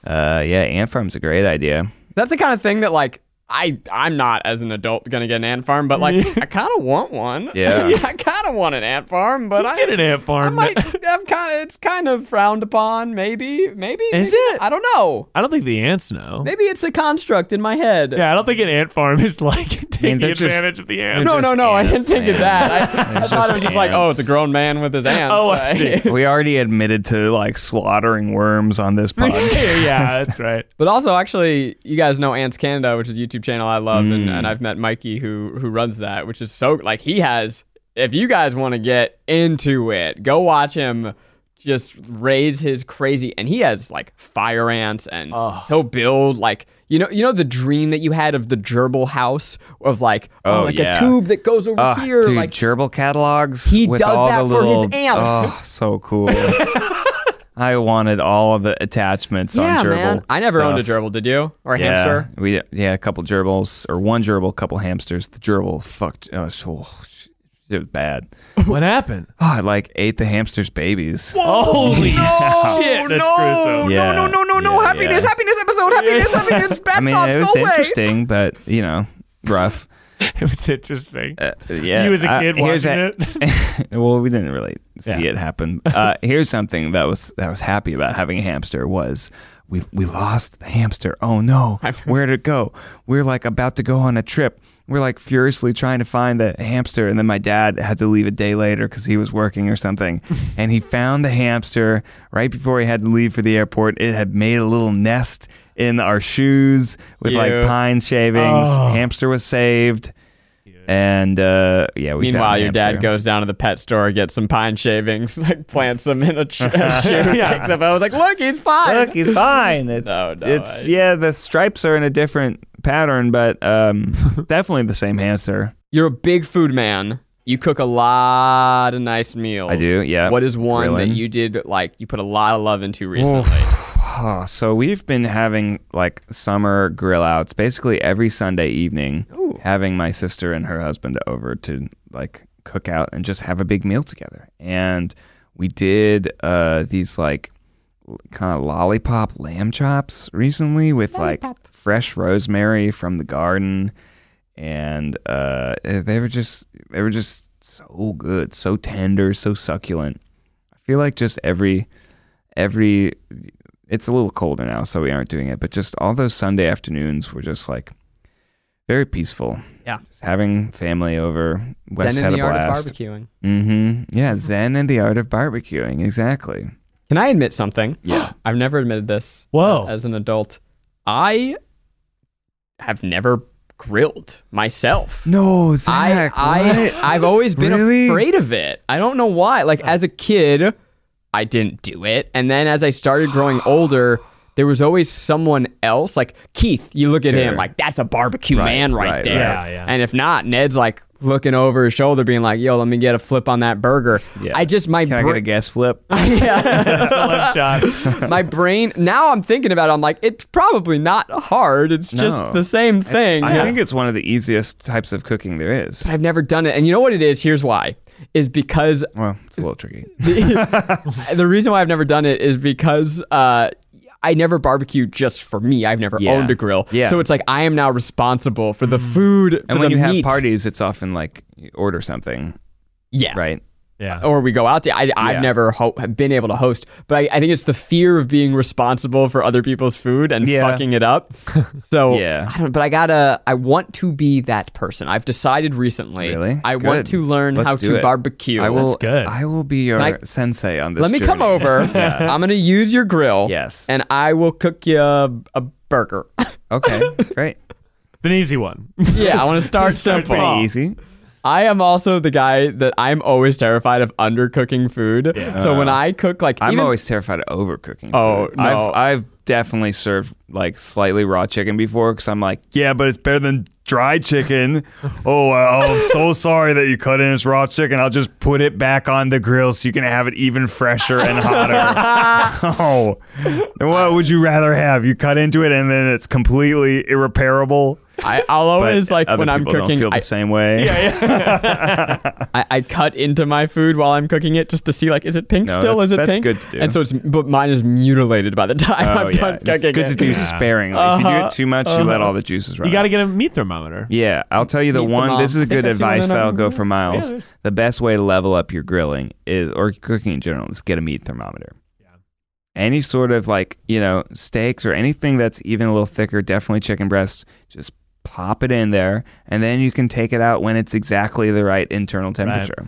Uh, yeah, ant farm's a great idea. That's the kind of thing that like I I'm not as an adult gonna get an ant farm, but like I kind of want one. Yeah. I kind of want an ant farm, but I Get an ant I farm. might. I'm kind of. It's kind of frowned upon. Maybe. Maybe. Is maybe- it? I don't know. I don't think the ants know. Maybe it's a construct in my head. Yeah, I don't think an ant farm is like taking they're just- advantage of the ants. No, no, no. I didn't ants, think of man. that. I, I thought it was just like, oh, it's a ants. grown man with his ants. Oh, I see. We already admitted to like slaughtering worms on this podcast. yeah, that's right. But also, actually, you guys know Ants Canada, which is a YouTube channel I love, and, Mm. and I've met Mikey who who runs that, which is so like he has. If you guys want to get into it, go watch him just raise his crazy, and he has like fire ants, and he'll build like you know you know the dream that you had of the gerbil house of like oh, Oh, like yeah. a tube that goes over Oh, here dude, like gerbil catalogs. He with does all that the for his little, ants. Oh, so cool. I wanted all of the attachments yeah on gerbil. man I never owned a stuff. gerbil did you or a Yeah, hamster we yeah, a couple gerbils or one gerbil, couple hamsters. The gerbil fucked. Oh, sh- oh, sh- it was bad. What happened? Oh, I like ate the hamster's babies. Oh, Holy shit, that's gruesome. Yeah, yeah, yeah. happiness episode happiness happiness bad I mean, it was interesting, but you know, rough. It was interesting. Yeah, you as a uh, kid here's watching a- it. well, we didn't really see Yeah. it happen. Uh, here's something that was that I was happy about having a hamster was we we lost the hamster. Oh no, where'd it go? We're like about to go on a trip. We're like furiously trying to find the hamster, and then my dad had to leave a day later because he was working or something, and he found the hamster right before he had to leave for the airport. It had made a little nest in our shoes with Ew. like pine shavings. Oh. Hamster was saved. And uh, yeah, we found Meanwhile, the your dad hamster. goes down to the pet store, gets some pine shavings, like plants them in a, ch- a shoe, picks up. I was like, look, he's fine. Look, he's fine. It's No, no, it's I- yeah, the stripes are in a different pattern, but um definitely the same hamster. You're a big food man. You cook a lot of nice meals. I do, yeah. What is one Grilling. that you did like you put a lot of love into recently? Oh, so we've been having like summer grill outs basically every Sunday evening, having my sister and her husband over to like cook out and just have a big meal together. And we did uh, these like kind of lollipop lamb chops recently with like fresh rosemary from the garden, and uh, they were just they were just so good, so tender, so succulent. I feel like just every every it's a little colder now, so we aren't doing it. But just all those Sunday afternoons were just like very peaceful. Yeah. just having family over. Wes then had in the a art blast. of barbecuing. hmm Yeah, Zen and the art of barbecuing. Exactly. Can I admit something? Yeah. I've never admitted this. Whoa. Oh. As an adult, I have never grilled myself. No, I, Zach. I I've always been Really? afraid of it. I don't know why. Like as a kid, I didn't do it, and then as I started growing older, there was always someone else. Like Keith, you look at him Sure. like that's a barbecue man right, right, there. right. Yeah, yeah. And if not, Ned's like looking over his shoulder, being like, "Yo, let me get a flip on that burger." Yeah. I just my Can I bra- get a guess flip? That's a left shot. my brain. Now I'm thinking about. it, I'm like, it's probably not hard. It's just No. the same thing. I Yeah. think it's one of the easiest types of cooking there is. I've never done it, and you know what it is. Here's why: is because Well, it's a little tricky. the, the reason why I've never done it is because uh, I never barbecue just for me. I've never Yeah. owned a grill, Yeah. Mm. so it's like I am now responsible for the food. for And when the you have meat. parties, it's often like you order something, yeah, right? Yeah. or we go out to. I, I've never ho- been able to host, but I, I think it's the fear of being responsible for other people's food and Yeah. fucking it up. So Yeah. I don't, but I gotta. I want to be that person. I've decided recently. Really? I Good. want to learn Let's how do to it. barbecue. I will. good. I will be your I- sensei on this. Let me come journey. over. I'm gonna use your grill. Yes. and I will cook you a, a burger. Okay, great. It's an easy one. yeah, I want to start Start simple. Pretty Oh. easy. I am also the guy that I'm always terrified of undercooking food. So when I cook, like Uh, I'm even- always terrified of overcooking. Oh, food. no. I've, I've definitely served like slightly raw chicken before because I'm like, yeah, but it's better than dry chicken. oh, I- oh, I'm so sorry that you cut in its raw chicken. I'll just put it back on the grill so you can have it even fresher and hotter. oh, And what would you rather have? You cut into it and then it's completely irreparable. I, I'll But always Oh, like other when I'm people don't cooking, feel the I, same way. I, I cut into my food while I'm cooking it just to see like is it pink No, still? that's- Is it that's pink? good to do. And so it's but mine is mutilated by the time Oh, I'm yeah. done It's cooking good it. Uh-huh. to do sparingly. If you do it too much, you let all the juices run. You got to get a meat thermometer. Yeah, I'll tell you the Meet them one. all. This I is think good I see one advice in that our- will go for miles. there's- the best way to level up your grilling is, or cooking in general, is get a meat thermometer. Any sort of like you know steaks or anything that's even a little thicker, definitely chicken breasts. Just pop it in there, and then you can take it out when it's exactly the right internal temperature.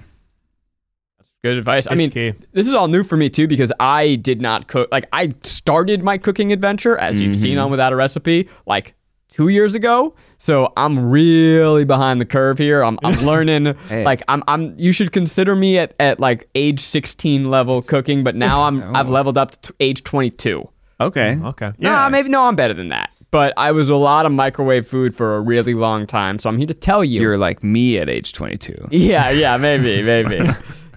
Good advice. I It's mean, key. this is all new for me too because I did not cook. Like I started my cooking adventure as you've seen Mm-hmm. on Without a Recipe like two years ago. So I'm really behind the curve here. I'm, I'm learning. Hey. Like I'm I'm. You should consider me at, at like age 16 level cooking, but now I'm I've leveled up to t- age 22. Okay. Mm-hmm. Okay. Yeah. Nah, maybe no. I'm better than that. But I was a lot of microwave food for a really long time, so I'm here to tell you. You're like me at age 22. Yeah, yeah, maybe, maybe.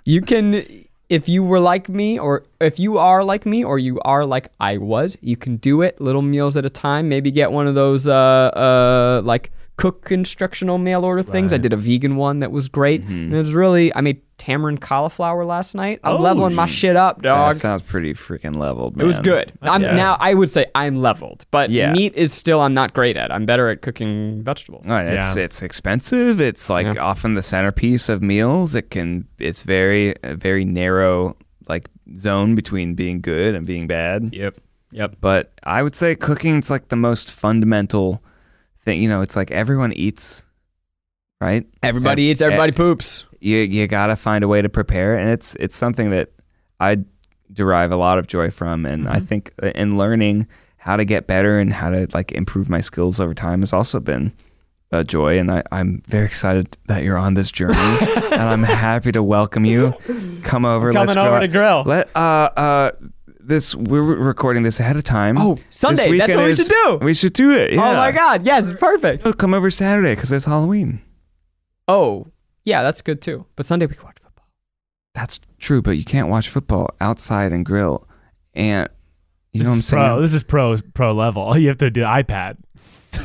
you can, if you were like me, or if you are like me, or you are like I was, you can do it little meals at a time. Maybe get one of those, uh, uh, like cook instructional mail order things. I did a vegan one that was great. And it was really, I made tamarind cauliflower last night. I'm leveling my shit up, dog. That sounds pretty freaking leveled, man. It was good. I'm, Now I would say I'm leveled, but Yeah. meat is still I'm not great at. I'm better at cooking vegetables. All right, it's Yeah. it's expensive. It's like often the centerpiece of meals. It can it's very a very narrow like zone between being good and being bad. Yep. Yep. But I would say cooking is like the most fundamental thing. You know, it's like everyone eats, right? Everybody Ev- eats. Everybody poops. you you gotta find a way to prepare, and it's it's something that I derive a lot of joy from, and I think uh, in learning how to get better and how to like improve my skills over time has also been a joy, and I, I'm very excited that you're on this journey, and I'm happy to welcome you. Come over, Coming let's go over out. to grill. Let uh uh. This we're recording this ahead of time. Oh, Hmm? This Sunday, that's weekend what we is- should do. We should do it. Oh yeah. my God! Yes, perfect. Oh, Come over Saturday because it's Halloween. Oh, yeah, that's good too. But Sunday we can watch football. That's true, but you can't watch football outside and grill. And you This know what I'm is pro. saying? This is pro pro level. You have to do iPad.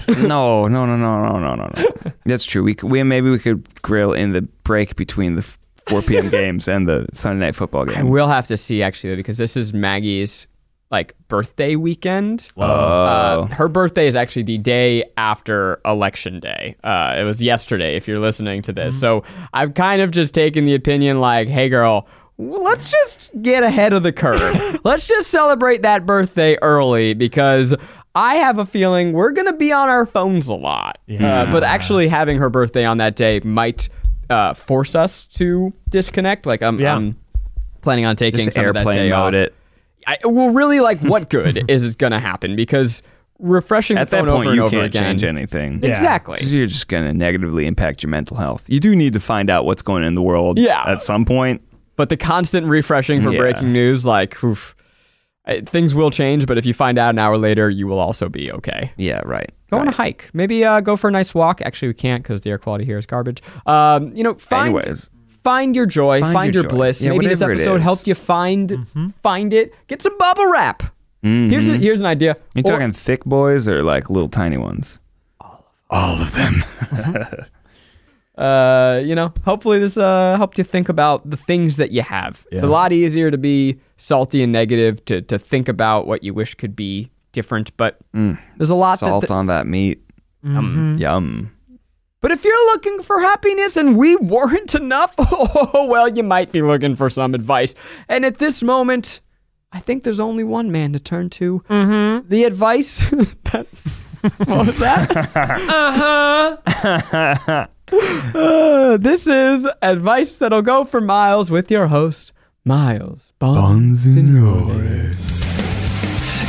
no, no, no, no, no, no, no, no. That's true. We, could, we maybe we could grill in the break between the f- 4 p.m. games and the Sunday night football I game. will have to see actually because this is Maggie's like birthday weekend. Oh, Uh, her birthday is actually the day after election day. Uh, it was yesterday, if you're listening to this. So I've kind of just taken the opinion like, hey, girl, w- let's just get ahead of the curve. let's just celebrate that birthday early because I have a feeling we're going to be on our phones a lot. Uh, but actually, having her birthday on that day might uh, force us to disconnect. Like, I'm. Yeah. I'm planning on taking just some of that airplane day off. mode it. I, well, really, like, what good is going to happen? Because refreshing At the phone that point, over you and over can't again. change anything. Exactly. So you're just going to negatively impact your mental health. You do need to find out what's going on in the world Yeah. at some point. But the constant refreshing for Yeah. breaking news, like, oof, Uh, things will change. But if you find out an hour later, you will also be okay. Yeah, right. Go on a right. hike. Maybe uh, go for a nice walk. Actually, we can't because the air quality here is garbage. Um, you know, find Anyways. find your joy, find, Find your, your joy. bliss. Yeah, Maybe this whatever it episode is. helped you find find it. Get some bubble wrap. Here's a, here's an idea. Mm-hmm. You Or- talking thick boys or like little tiny ones? uh, you know, hopefully this uh, helped you think about the things that you have. It's a lot easier to be salty and negative, to, to think about what you wish could be different, but there's a lot that, Salt that- Mm-hmm. on that meat. Yum. Yum. but But if you're looking for happiness and we weren't enough, oh, well, you might be looking for some advice. And at this moment, I think there's only one man to turn to. Mm-hmm. The advice that. What was that? Uh, this is advice that'll go for miles with your host, Miles Bonsignore.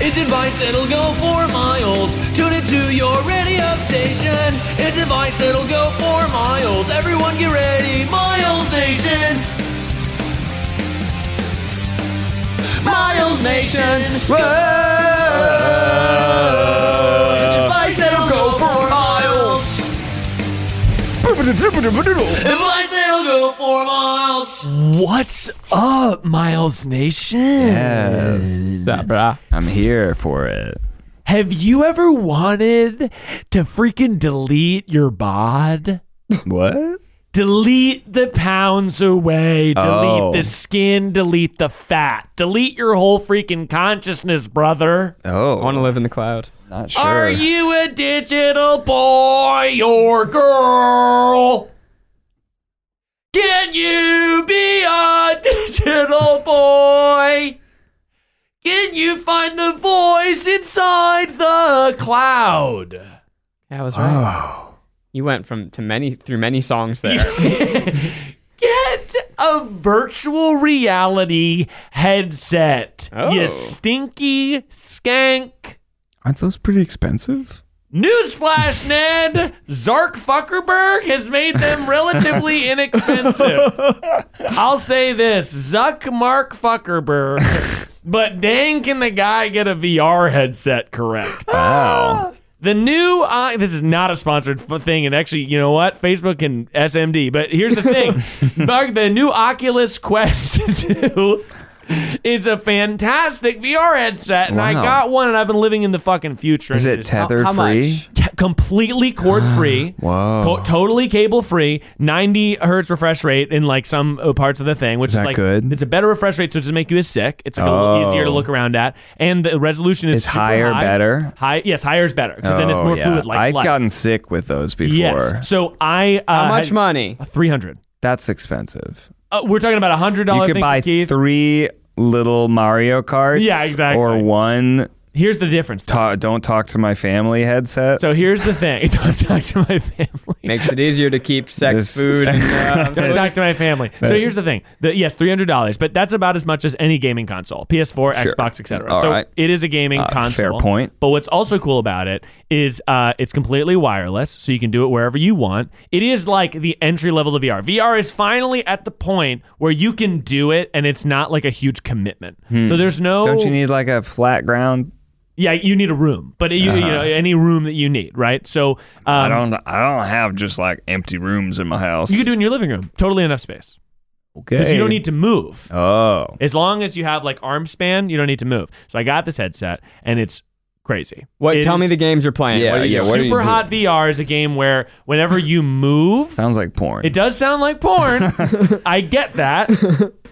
It's advice that'll go for miles. Tune it to your radio station. It's advice that'll go for miles. Everyone get ready, Miles Nation. Miles Nation. It's advice that'll go for miles. Advice that'll go for miles. What's up, Miles Nation? Yes. I'm here for it. Have you ever wanted to freaking delete your bod? What? Delete the pounds away. Delete Oh. the skin. Delete the fat. Delete your whole freaking consciousness, brother. Oh, I want to live in the cloud. not sure. Are you a digital boy or girl? Can you be a digital boy? Can you find the voice inside the cloud? Yeah, I was right. You went from to many through many songs there. Get a virtual reality headset, Oh. you stinky skank. Aren't those pretty expensive? Newsflash, Ned! Zark Fuckerberg has made them relatively inexpensive. I'll say this Zuck Mark Fuckerberg, but dang, can the guy get a VR headset correct? Wow. The new i this is not a sponsored f- thing, and actually, you know what? Facebook and SMD. But here's the thing: Mark, the new Oculus Quest 2 is a fantastic VR headset, and I Wow. got one, and I've been living in the fucking future. Is and it is tether how free? much? t- completely cord free. Whoa. Co- totally cable free, 90 hertz refresh rate in like some uh, parts of the thing, which is, that like good? it's a better refresh rate, so it doesn't make you as sick. It's like a little Oh. easier to look around at, and the resolution is Is super higher high. better? High, yes, higher is better because then it's Oh, more yeah. fluid. Like I've life. gotten sick with those before. yes. So I uh, How much money? Three hundred. That's expensive. Uh, we're talking about a hundred You dollar could thing. buy Keith. three little Mario carts. Yeah, exactly. Or one Here's the difference. though. ta- don't talk to my family headset. So here's the thing. Don't talk to my family. Makes it easier to keep sex, This- food, and Don't uh, talk to my family. So here's the thing. The, yes, three hundred dollars, but that's about as much as any gaming console, PS4, Xbox, etc. All So right. it is a gaming Uh, console. fair point. But what's also cool about it is uh, it's completely wireless, so you can do it wherever you want. It is like the entry level to VR. VR is finally at the point where you can do it, and it's not like a huge commitment. Hmm. So there's no. don't you need like a flat ground? Yeah, you need a room, but you, you know any room that you need, right? So um, Uh-huh. I don't. I don't have just like empty rooms in my house. You can do it in your living room. Totally enough space okay. because you don't need to move. Oh, As long as you have like arm span, you don't need to move. So I got this headset and it's crazy. what? It Tell me is the games you're playing. Yeah, What are you yeah, what- are you Super doing? Hot VR is a game where whenever you move, sounds like porn. it does sound like porn. I get that.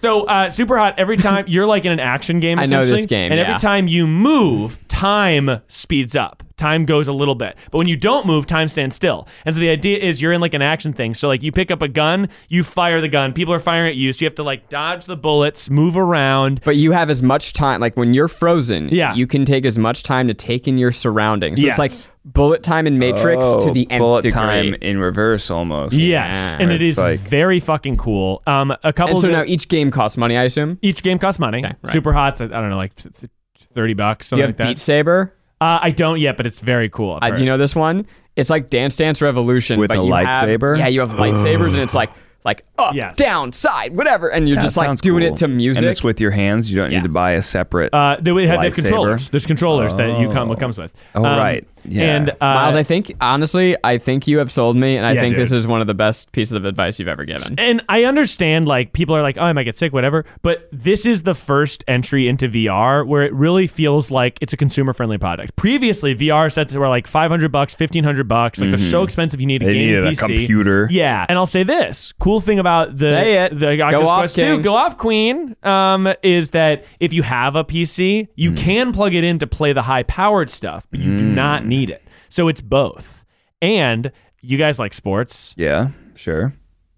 So uh, Super Hot, every time you're like in an action game, I know this essentially, game, and yeah. every time you move, time speeds up. Time goes a little bit, but when you don't move, time stands still. And so the idea is you're in like an action thing. So like you pick up a gun, you fire the gun. People are firing at you, so you have to like dodge the bullets, move around, But you have as much time, like when you're frozen, Yeah. you can take as much time to take in your surroundings. So it's Yes. like bullet time in Matrix to the nth Oh, bullet degree. time in reverse almost. Yes, Yeah. and it It's is like- very fucking cool. Um, a couple. And so of now the- each game costs money, I assume. each game costs money. right. Super hot's I don't know, like th- th- thirty bucks, Do you something have like that. Beat Saber? uh, I don't yet, but it's very cool. I've Uh, do heard. you know this one? It's like Dance Dance Revolution With but a you have- lightsaber? yeah, you have lightsabers, and it's like like up, Yes. down, side, whatever, and you're That just like sounds doing cool. it to music. and it's with your hands. You don't need to buy a separate. Uh, they would have they have Lightsaber? controllers. There's controllers that you come what comes with. Oh, right. Yeah. And uh, Miles, I think honestly, I think you have sold me, and I Yeah, think this dude. is one of the best pieces of advice you've ever given. and I understand like people are like, oh, I might get sick, whatever. But this is the first entry into VR where it really feels like it's a consumer friendly product. Previously, VR sets were like five hundred bucks, fifteen hundred bucks. Like they're so expensive, you need a Mm-hmm. They game needed a PC. computer. Yeah, and I'll say this cool thing about the Say it. the Go Oculus off, Quest King. Two, go off Queen, um, is that if you have a PC, you Mm. can plug it in to play the high powered stuff, but you do not need it. So it's both, and you guys like sports. Yeah, sure.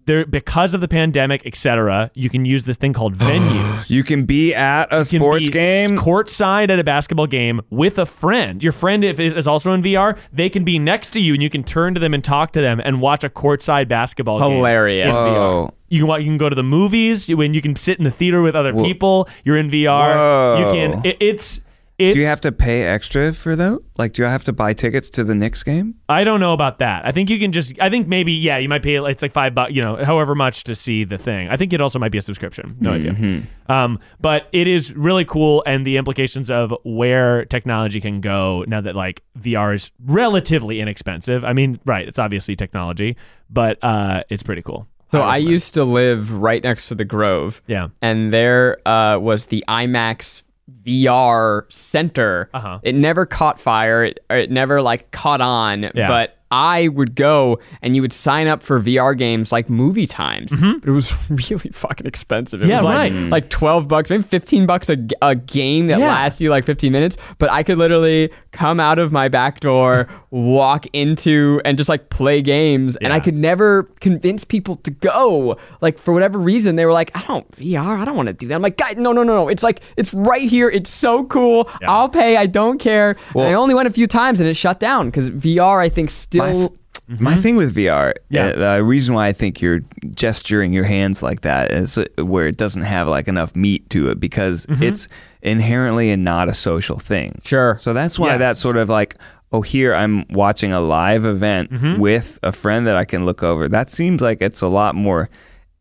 There, because of the pandemic, etc., you can use this thing called venues. You can be at a can sports be game. courtside at a basketball game with a friend. Your friend if is also in VR. They can be next to you, and you can turn to them and talk to them and watch a courtside basketball game. Hilarious. in VR. Whoa. You can wa- you can go to the movies. You, and you can sit in the theater with other people. You're in VR. Whoa. You can. It, it's. It's, Do you have to pay extra for that? Like, do I have to buy tickets to the Knicks game? I don't know about that. I think you can just. I think maybe yeah, you might pay. It's like five bucks, you know, however much to see the thing. I think it also might be a subscription. No idea. Um, but it is really cool, and the implications of where technology can go now that like VR is relatively inexpensive. I mean, right? It's obviously technology, but uh, it's pretty cool. So I used to live right next to the Grove. Yeah. And there uh, was the IMAX VR center. Uh-huh. It never caught fire. It, or it never like caught on. Yeah. But I would go and you would sign up for VR games like movie times. But it was really fucking expensive. It Mm-hmm. Yeah, was like, right. like 12 bucks, maybe 15 bucks a, g- a game that Mm. Yeah. lasts you like 15 minutes. But I could literally come out of my back door, walk into and just like play games. And I Yeah. could never convince people to go. Like for whatever reason, they were like, I don't VR, I don't want to do that. I'm like, God, no, no, no, no. It's like it's right here. It's so cool. I'll pay. I don't care. and I only went a few times and it shut down because VR, I think, My, still. my thing with VR, Mm-hmm. Yeah. uh, the reason why I think you're gesturing your hands like that is uh, where it doesn't have like enough meat to it because Mm-hmm. it's inherently and not a social thing. Sure. So that's why Yes. that sort of like, oh, here I'm watching a live event Mm-hmm. with a friend that I can look over. That seems like it's a lot more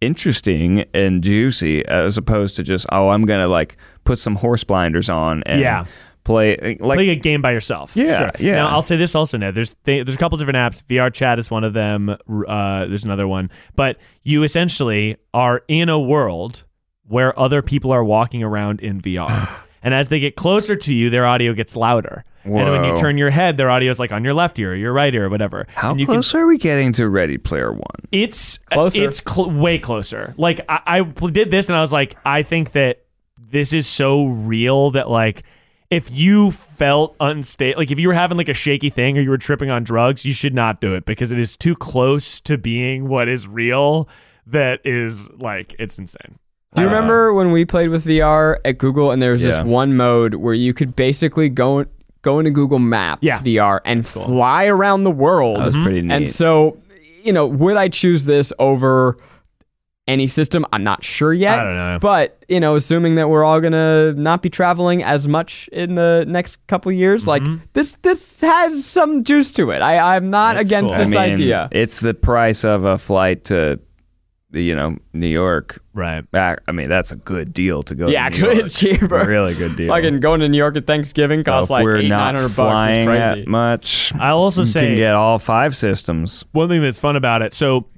interesting and juicy as opposed to just oh, I'm gonna like put some horse blinders on and Yeah. play like play a game by yourself. Yeah, yeah. Now I'll say this also. Now there's th- there's a couple different apps. VR Chat is one of them. r- Uh, there's another one, but you essentially are in a world where other people are walking around in VR, and as they get closer to you, their audio gets louder. And when you Whoa. turn your head, their audio is like on your left ear, your right ear, or whatever. how and you close are we getting to Ready Player One? it's Closer. It's cl- way closer. Like I, I pl- did this, and I was like, I think that this is so real that like, if you felt unstable, like if you were having like a shaky thing or you were tripping on drugs, you should not do it because it is too close to being what is real. That is like it's insane. Do you remember when we played with VR at Google and there was Yeah. this one mode where you could basically go go into Google Maps Yeah. VR and fly around the world? That was Mm-hmm. pretty neat. And so, you know, would I choose this over any system? I'm not sure yet. I don't know. But, you know, assuming that we're all going to not be traveling as much in the next couple years, Mm-hmm. like this this has some juice to it. I I'm not against cool. this I mean, idea. It's the price of a flight to, you know, New York. Right. Back. I mean, that's a good deal to go. to Yeah, New actually, York. it's cheaper. Really good deal. Fucking going to New York at Thanksgiving So costs if like we're eight, not nine hundred bucks. It's flying crazy. that much. I'll also You say can get all five systems. one thing that's fun about it. So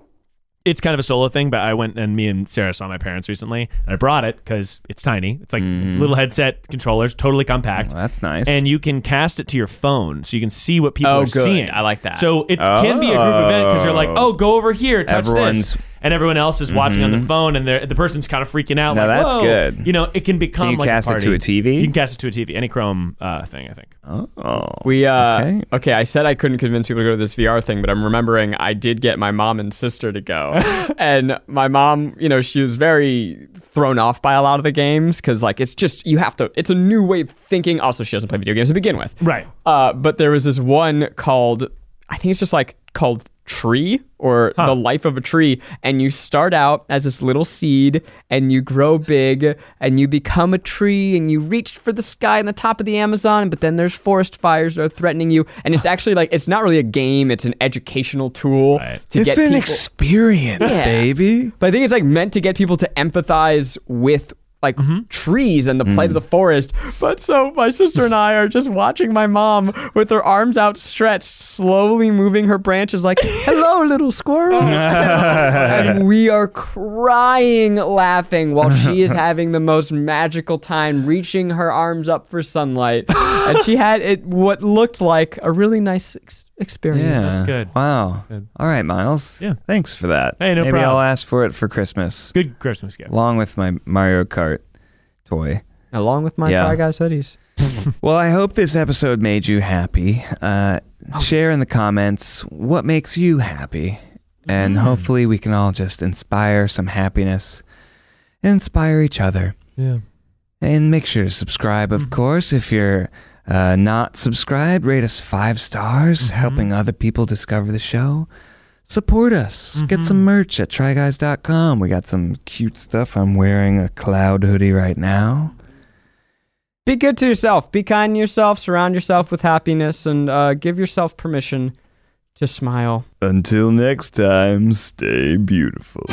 it's kind of a solo thing, but I went and me and Sarah saw my parents recently, and I brought it because it's tiny. It's like Mm-hmm. little headset controllers, totally compact. That's nice. And you can cast it to your phone, so you can see what people Oh, are good. seeing. I like that. So it can be a group event because you're like, Oh. oh, go over here, touch Everyone's- Mm-hmm. this, and everyone else is watching on the phone, and they're- the person's kind of freaking out. Now like, that's Whoa. good. You know, it can become Can you like cast a it party. to a TV? You can cast it to a TV, any Chrome uh, thing, I think. oh, We uh Okay. okay. I said I couldn't convince people to go to this VR thing, but I'm remembering I did get my mom and sister to go. and my mom, you know, she was very thrown off by a lot of the games cuz like it's just you have to it's a new way of thinking. Also, she doesn't play video games to begin with. Right. Uh but there was this one called I think it's just like called Tree or the life of a tree, and you start out as this little seed and you grow big and you become a tree and you reach for the sky on the top of the Amazon, but then there's forest fires that are threatening you. And it's actually like it's not really a game, it's an educational tool Right. to get it's an people. experience, Yeah. baby. But I think it's like meant to get people to empathize with like trees and the plight Mm. of the forest. But so my sister and I are just watching my mom with her arms outstretched, slowly moving her branches like, hello, little squirrel. and we are crying laughing while she is having the most magical time reaching her arms up for sunlight. and she had it what looked like a really nice ex- experience. Yeah. good. Wow. All right, Miles. Yeah. Thanks for that. Hey, no Maybe problem. I'll ask for it for Christmas, Good Christmas gift. along with my Mario Kart toy. Along with my Yeah. Try Guys hoodies. Well, I hope this episode made you happy. Uh, Share in the comments what makes you happy, and hopefully we can all just inspire some happiness and inspire each other. Yeah. And make sure to subscribe, of course. If you're uh, not subscribed, rate us five stars, helping other people discover the show. Support us. Get some merch at tryguys.com. We got some cute stuff. I'm wearing a cloud hoodie right now. Be good to yourself. Be kind to yourself. Surround yourself with happiness and uh, give yourself permission to smile. Until next time, stay beautiful.